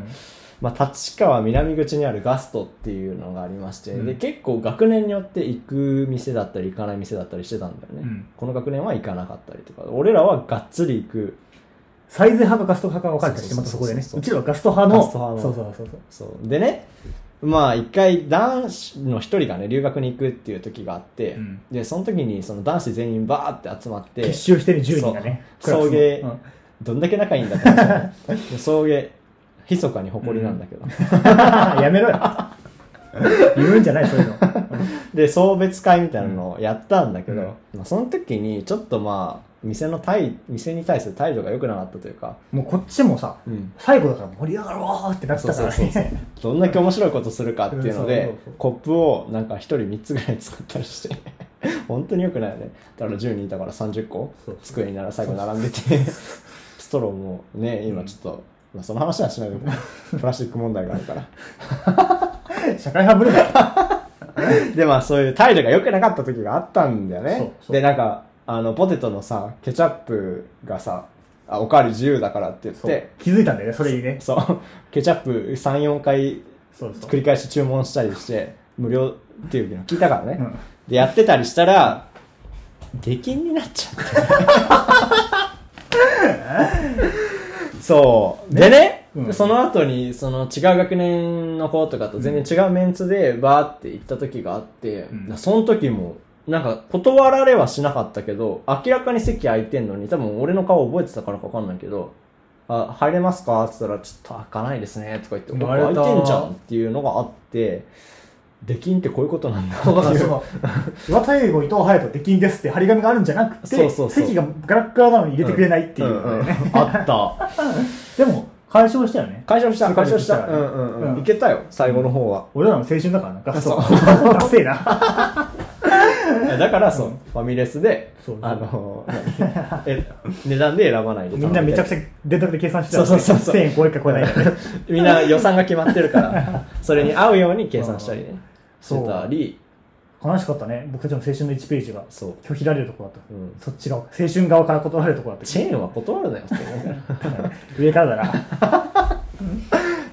D: まあ、立川南口にあるガストっていうのがありまして、
C: うん
D: で結構学年によって行く店だったり行かない店だったりしてたんだよね、
C: うん
D: この学年は行かなかったりとか俺らはがっつり行く
C: サイズ派かガスト派か分かれてしまったそこでね
D: そうそうそうそう
C: うちらはガスト派の
D: ガスト派
C: そう
D: の
C: そうそうそう
D: そうでねまあ一回男子の一人がね留学に行くっていう時があって、
C: うん
D: でその時にその男子全員バーって集まって
C: 結集してる10人がね
D: そう
C: クラスの
D: 送迎
C: うん
D: どんだけ仲いいんだって話で送迎密かに誇りなんだけど、
C: やめろよ。言うんじゃない、そういうの。
D: で送別会みたいなのをやったんだけど、
C: うん
D: まあ、その時にちょっとまあ店の態店に対する態度が良くなかったというか、
C: もうこっちもさ、
D: うん
C: 最後だから盛り上がろうってなってたから
D: そうそうそう
C: ね。
D: どんだけ面白いことするかっていうの
C: うんそう
D: で
C: そうそう
D: コップをなんか1人3つぐらい使ったりして 本当に良くないよねだから10人いたから30個
C: そう
D: 机になら最後並んでてストローもね今ちょっと、まあ、その話はしないで プラスチック問題があるから
C: 社会派ぶれだよ。
D: でまあそういう態度が良くなかった時があったんだよね
C: そうそう
D: でなんかあのポテトのさケチャップがさあおかわり自由だからって言って
C: 気づいたんだよね、それにね。
D: そうケチャップ34回
C: そうそう
D: 繰。り返し注文したりして無料っていうの聞いたからね、
C: うん
D: でやってたりしたら出禁になっちゃって そうでね、
C: うん
D: その後にその違う学年の子とかと全然違うメンツでバーって行った時があって、
C: うん
D: その時もなんか断られはしなかったけど明らかに席空いてんのに多分俺の顔覚えてたからか分かんないけど「あ入れますか?」って言ったら「ちょっと開かないですね」とか言って「
C: 言
D: 僕
C: われた
D: 開いてんじゃん」っていうのがあって出禁ってこういうことなんだって
C: そうだか
D: い
C: らその、岩田英語伊藤隼人出禁ですって張り紙があるんじゃなくて、
D: そうそうそう
C: 席がガラッガラなのに入れてくれないっていう。
D: んんあった
C: でも、解消したよね。
D: 解消した
C: すごい
D: 解消した
C: できた
D: う
C: よね
D: んうんうん、
C: うん
D: いけたよ最後の方は、
C: 俺らの青春だからな、ガスト
D: そ
C: は。ダセえな。
D: だからそう、ファミレスで
C: そうそう
D: あの何 え値段で選ばないで
C: みんなめちゃくち
D: ゃ
C: ゃ電卓で計算してた
D: そうそうそうそう
C: 1000円超えるか超えないか。
D: みんな予算が決まってる からそれに合うように計算したりね
C: そう
D: してたり
C: 悲しかったね、僕たちの青春の1ページが。
D: そう
C: 拒否られるとこだった。
D: うん
C: そっち側、青春側から断られるとこだった。
D: チェーンは断るなよって思う から
C: 上からだな。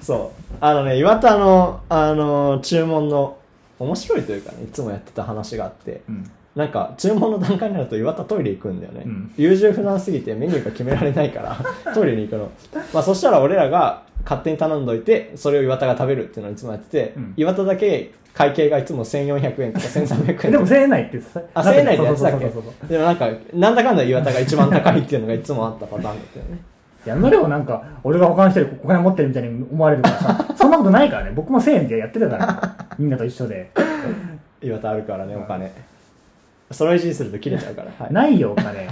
D: そう。あのね、岩田の、あの、注文の、面白いというかね、いつもやってた話があって、
C: うん
D: なんか、注文の段階になると岩田トイレ行くんだよね。
C: うん
D: 優柔不断すぎてメニューが決められないから、トイレに行くの。まあ、そしたら俺らが勝手に頼んどいて、それを岩田が食べるっていうのをいつもやってて、
C: うん
D: 岩田だけ会計がいつも1400円とか1300円とか。
C: でも1000円ないって言ってた
D: あ、1000円内でやってたっ
C: そうそうそう
D: けでもなんか、なんだかんだ岩田が一番高いっていうのがいつもあったパターンだったよね。
C: やめろよ、なんか、俺が保管してる、お金持ってるみたいに思われるから さ、そんなことないからね、僕も1000円でやってたから、みんなと一緒で。
D: 岩田あるからね、お金。それを維持すると切れちゃうから。はい
C: ないよ、お金。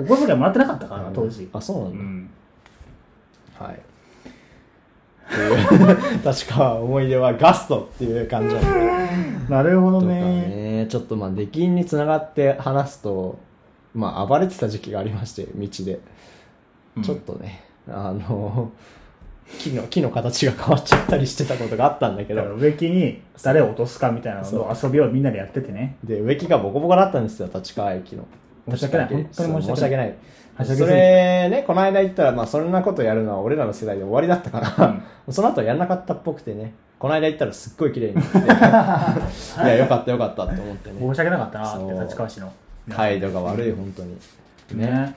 C: お小遣いもらってなかったからな、当時。
D: あ、そうな
C: うん
D: だ。
C: ん。
D: はい。っていう 確か思い出はガストっていう感じだった
C: なるほど
D: とか
C: ね。
D: ね。ちょっとまあ、出禁につながって話すと、まあ、暴れてた時期がありまして、道で。ちょっとね、あの、木の、木の形が変わっちゃったりしてたことがあったんだけ
C: だから
D: ど、
C: 植木に誰を落とすかみたいなのの遊びをみんなでやっててね。
D: で、植木がボコボコだったんですよ、立川駅の。
C: 申し訳ない
D: 立川駅
C: 本当に申し訳
D: ない。
C: はしゃぎす
D: そ
C: ぎて
D: れね、この間言ったら、まあ、そんなことやるのは俺らの世代で終わりだったから、 その後やらなかったっぽくてね、この間言ったらすっごい綺麗になって、い や、よかったよかったって思って
C: 申
D: ね、
C: し訳なかったなっ
D: そ
C: て、
D: う
C: 立川市の。
D: 態度が悪い、本当に。ね
C: ね。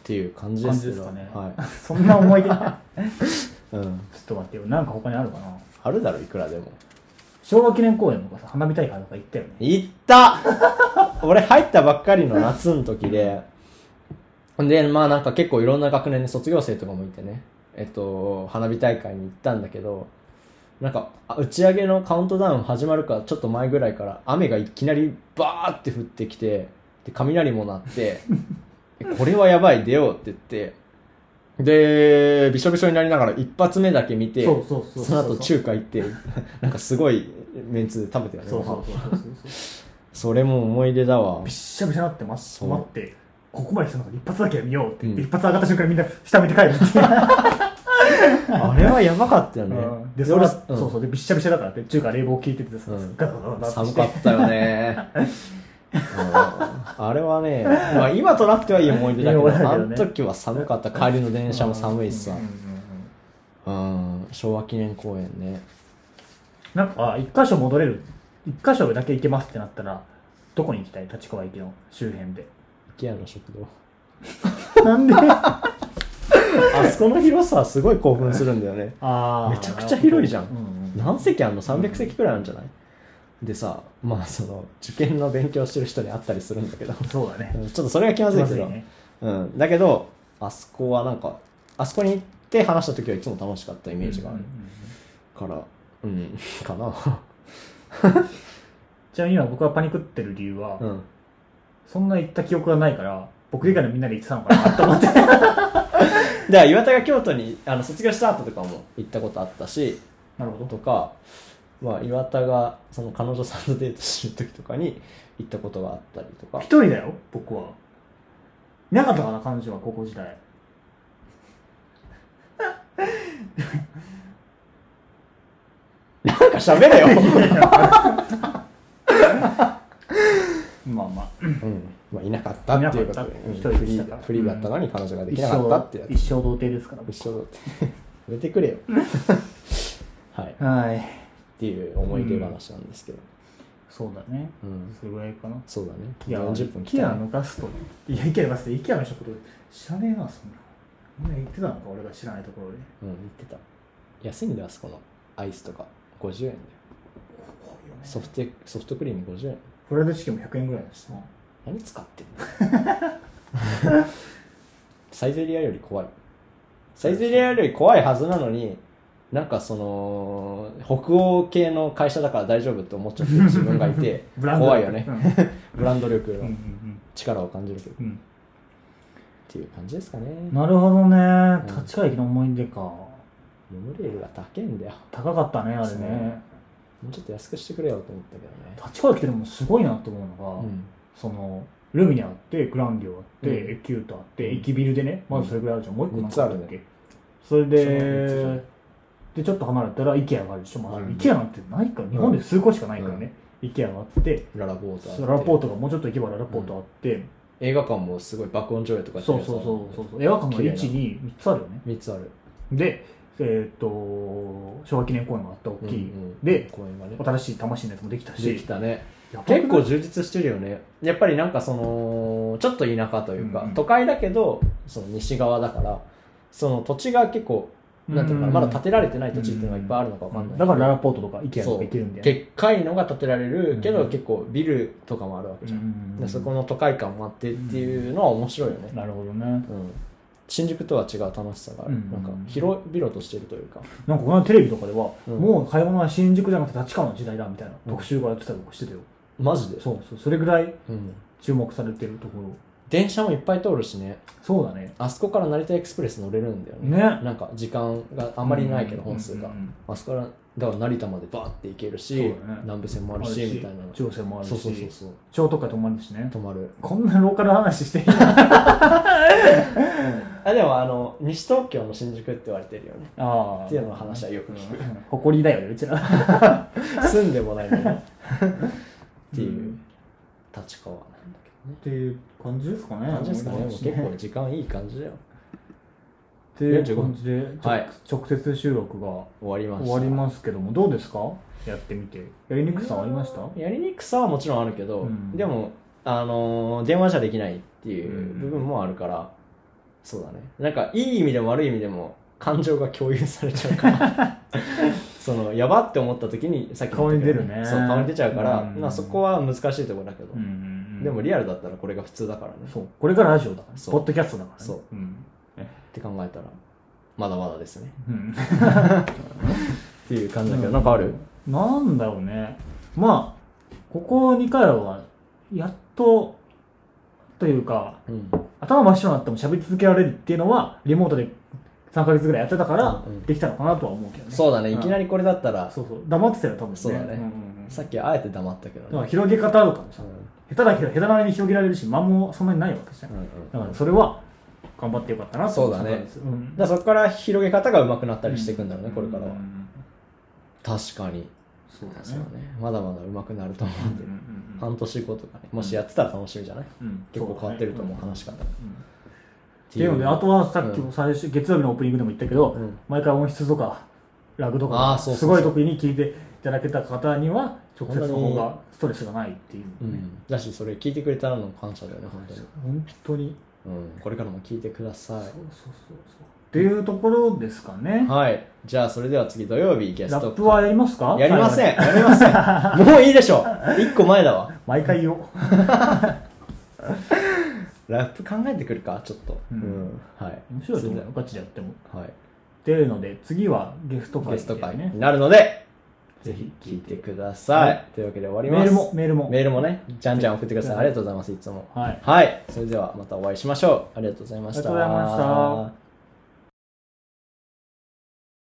D: っていう感じですけど、
C: 感じですかね
D: は
C: そんな思い出。ちょっ
D: い。うん。
C: と待ってよ、なんか他にあるかな。
D: あるだろ、いくらでも。
C: 昭和記念公園とかさ、花火大会とか行ったよね。
D: 行った俺入ったばっかりの夏の時で、で、まあなんか結構いろんな学年で卒業生とかもいてね、えっと、花火大会に行ったんだけど、なんかあ打ち上げのカウントダウン始まるかちょっと前ぐらいから雨がいきなりバーって降ってきて、で、雷も鳴って、えこれはやばい出ようって言って、で、びしょびしょになりながら一発目だけ見て、
C: そうそうそうそう
D: その後中華行って、なんかすごいメンツで食べてたね。
C: そうそうそうそうそう。
D: それも思い出だわ
C: びっ。しゃびしゃなってます
D: そう
C: 待ってここまで来たのから一発だけは見ようって言って、
D: うん
C: 一発上がった瞬間にみんな下見て帰るっていう、
D: あれはやばかったよね。
C: うんで
D: で
C: そ
D: 俺
C: れ
D: うん
C: そうそうでびっしゃびしゃだからって中華冷房効いててさ、
D: うん
C: ガタガタガタ
D: 寒
C: って
D: かったよ ね。うんあれはね、まあ、今となってはいい思い出だけ
C: いい思
D: ど、
C: い出だ
D: あ
C: けど
D: の
C: ね
D: 時は寒かった。帰りの電車も寒いしさ
C: うん。うん
D: うん。昭和記念公園ね
C: なんか、あ一箇所戻れる、一箇所だけ行けますってなったら、どこに行きたい立川駅の周辺で。
D: IKEA の食堂
C: なんであ
D: あそこの広さはすごい興奮するんだよね
C: あ。
D: めちゃくちゃ広いじゃん
C: ううん
D: 何席あんの300席くらいあるんじゃないでさまあその受験の勉強してる人に会ったりするんだけど
C: うん、そうだね
D: う。んちょっとそれが気まずいけど、
C: ね。
D: うん、だけどあそこはなんかあそこに行って話した時はいつも楽しかったイメージがある
C: うんうんうん
D: からうんかな
C: ちなみに今僕がパニックってる理由は、
D: うん
C: そんな行った記憶がないから、僕以外のみんなで行ってたのかなと思って。
D: だから岩田が京都にあの卒業した後とかも行ったことあったし
C: なるほ
D: と
C: ど。
D: か、まあ、岩田がその彼女さんとデートしてる時とかに行ったことがあったりとか
C: 一人だよ、僕は。いなかったかな、彼女は高校時代。
D: なんか喋れよ、
C: まあまあ。
D: うんまあ、いなかったっていうことで
C: いなか
D: う
C: った一人
D: んフ
C: で
D: リ
C: した
D: ー
C: から
D: フリーだったのに彼女ができ
C: 一
D: なかったってや
C: 生、一
D: つ
C: 生童貞ですから。
D: 一緒だって触れて くれよはい
C: はい。
D: っていう思い出話なんですけど、
C: そうだね。
D: うん
C: それぐらいかな。
D: そうだね
C: いや、
D: 40分
C: イケ
D: た
C: ア
D: ね
C: のガスト。いや、イケアのガスト、イケアの食堂。知らねえな、そんな。みんな言ってたのか、俺が知らないところで。
D: うん言ってた安いんだよあそこのアイスとか50円だよソフトソフトクリーム50円
C: フライドチキンも100円ぐらいだしな。
D: 何使ってんの サイゼリアより怖いサイゼリアより怖いはずなのになんかその北欧系の会社だから大丈夫って思っちゃってる自分がいて
C: ブランド
D: 怖いよね
C: うん
D: ブランド力
C: うんう
D: の
C: ん
D: 力を感じるけどっ
C: うん
D: ていう感じですかね
C: うん。なるほどね。立川駅の思い出か。
D: モノレールが高いんだよ
C: 高かったね、あれね。
D: もうちょっと安くしてくれよと思ったけどね
C: 立川駅ってでもすごいなと思うのが、
D: うん
C: その、ルミネあって、グランディオあって、
D: うん
C: エキュートあって、
D: うん
C: 駅ビルでね、まずそれぐらいあるじゃん。もう一個なんかったっけ
D: 三
C: それ
D: そう三つだね
C: で、で、ちょっと離れたら、イケアがあるでしょ。まあ、
D: うん
C: イケアなんてないから、日本で数個しかないからね。イケアがあって、
D: ララポートあって
C: ララポートがもうちょっと行けばララポートあって、
D: 映画館もすごい爆音上映とかやって
C: そう
D: るやつ
C: そうそうそうそう。映画館が
D: 綺麗
C: 1、
D: な
C: 2、3つあるよね。
D: 3つある
C: で、えーっと、昭和記念公園があった大きい
D: うんうん。
C: で、
D: 公園がね
C: 新しい魂のやつもできた
D: でき
C: し、
D: たね
C: やばくない
D: 結構充実してるよねやっぱりなんかそのちょっと田舎というか、
C: うんうん
D: 都会だけどその西側だからその土地が結構なんていうのかな
C: うん
D: まだ建てられてない土地っていうのがいっぱいあるのかわかんない、
C: だからララポートとかイケアとか行けるんだよね。
D: でっかいのが建てられるけど、
C: うん
D: 結構ビルとかもあるわけじゃん、
C: うん
D: でそこの都会感もあってっていうのは面白いよね、
C: なるほどね。
D: うん新宿とは違う楽しさがある、
C: うん
D: なんか広々としてるというか
C: なんかこの間テレビとかでは、
D: うん
C: もう買い物は新宿じゃなくて立川の時代だみたいな
D: うん
C: 特集がやってたりとかしてたよ、
D: マジで、
C: そうそうそれぐらいう
D: ん、
C: 注目されてるところ
D: 電車もいっぱい通るしね
C: そうだね
D: あそこから成田エクスプレス乗れるんだよね
C: ね
D: なんか時間があんまりないけど
C: うんうんうん
D: 本数が、
C: うんうん
D: あそこからだから成田までバーって行けるし、
C: そうだね
D: 南部線もあるしみたいな
C: 調整もあるし
D: そうそうそうそう
C: 超特価止まるしね
D: 泊まる
C: こんなローカル話していいの
D: あでもあの西東京の新宿って言われてるよね
C: ああ
D: っていうのの話はよく聞く
C: 誇りだよねうちら
D: 住んでもないのにっていう、
C: うん
D: 立川なんだけどね
C: っていう感じですかね
D: 感じですかねもう
C: 思い出し
D: 結
C: ね
D: 構時間いい感じだよ
C: っていう
D: 45
C: 感じで、ちょ
D: はい
C: 直接収録が
D: 終わりました
C: 終わりますけどもどうですかやってみてやりにくさはありました
D: やりにくさはもちろんあるけど、
C: うん
D: でも、あのー電話じゃできないっていう
C: うん
D: 部分もあるから、そうだねなんかいい意味でも悪い意味でも感情が共有されちゃうから そのやばって思った時にさっきも言ったけど
C: 顔に出るね
D: そう顔に出ちゃうから、
C: うん
D: まあ、そこは難しいところだけど、
C: うんうんうん
D: でもリアルだったらこれが普通だからね
C: そうこれがラジオだからね
D: そう
C: ポッドキャストだからね
D: そう
C: うん
D: って考えたらまだまだですね
C: うん
D: っていう感じだけど、なんかある
C: なんだろうね。まあ、ここ2回は、やっと、というか、
D: うん
C: 頭真っ白になっても喋り続けられるっていうのは、リモートで3ヶ月ぐらいやってたから
D: うん、
C: できたのかなとは思うけどね。
D: そうだね
C: う
D: い
C: ん
D: きなりこれだったら、
C: そうそう。黙ってたよ、多分ね。
D: そうだね
C: んんうん
D: さっきあえて黙ったけ
C: だか
D: ど
C: ら
D: ね、
C: 広げ方とかもさ
D: う、ん
C: 下手だけど、下手なりに広げられるし、間もそんなにないわけじゃん。
D: うんうん
C: だから、それは、頑張ってよかったなと思った
D: そうだね
C: うん
D: だからそこから広げ方が上手くなったりしていくんだろうね、これからは
C: うんうん
D: 確かに
C: そうだ
D: そう
C: ね。
D: ねまだまだ上手くなると思うんで、
C: うんうんうん
D: 半年後とかねもしやってたら楽しみじゃない、
C: うん
D: 結構変わってると思う、話し方が、
C: っていうので、あとはさっきも最初、月曜日のオープニングでも言ったけど、
D: うん
C: 毎回音質とか、ラグと
D: あ
C: か
D: ーそう
C: す
D: そうそう
C: ごい時に聞いていただけた方には直接の方がストレスがないっていう、
D: うん、だしそれ聞いてくれたのも感謝だよね本当に、
C: 本当に
D: うん、これからも聞いてくだ
C: そう
D: さ
C: そう
D: い
C: そうそうっていうところですかね、
D: はいじゃあそれでは次土曜日ゲス
C: ラッ
D: ト
C: プはやりますか
D: やりません
C: 最後に
D: やりま せんもういいでしょ1個前だわ
C: 毎回言おう
D: ラップ考えてくるかちょっと、
C: うん
D: はい
C: 面白いと思うよ
D: そ
C: ガチでやってもっ
D: れでははい
C: ていうので次はゲスト会
D: ゲスト会
C: ね
D: になるので、
C: ぜ
D: ぜ
C: ひ
D: ひ
C: 聞
D: 聞
C: い
D: い
C: て
D: てください。
C: はい
D: というわけで終わり
C: メ
D: ま
C: ー
D: す。
C: ルもメールも
D: メールもね、じゃんじゃん送ってください。ありがとうございます、いつも。
C: はい
D: はい。それではまたお会いしましょう。ありがとうございました。
C: ありがとうございました。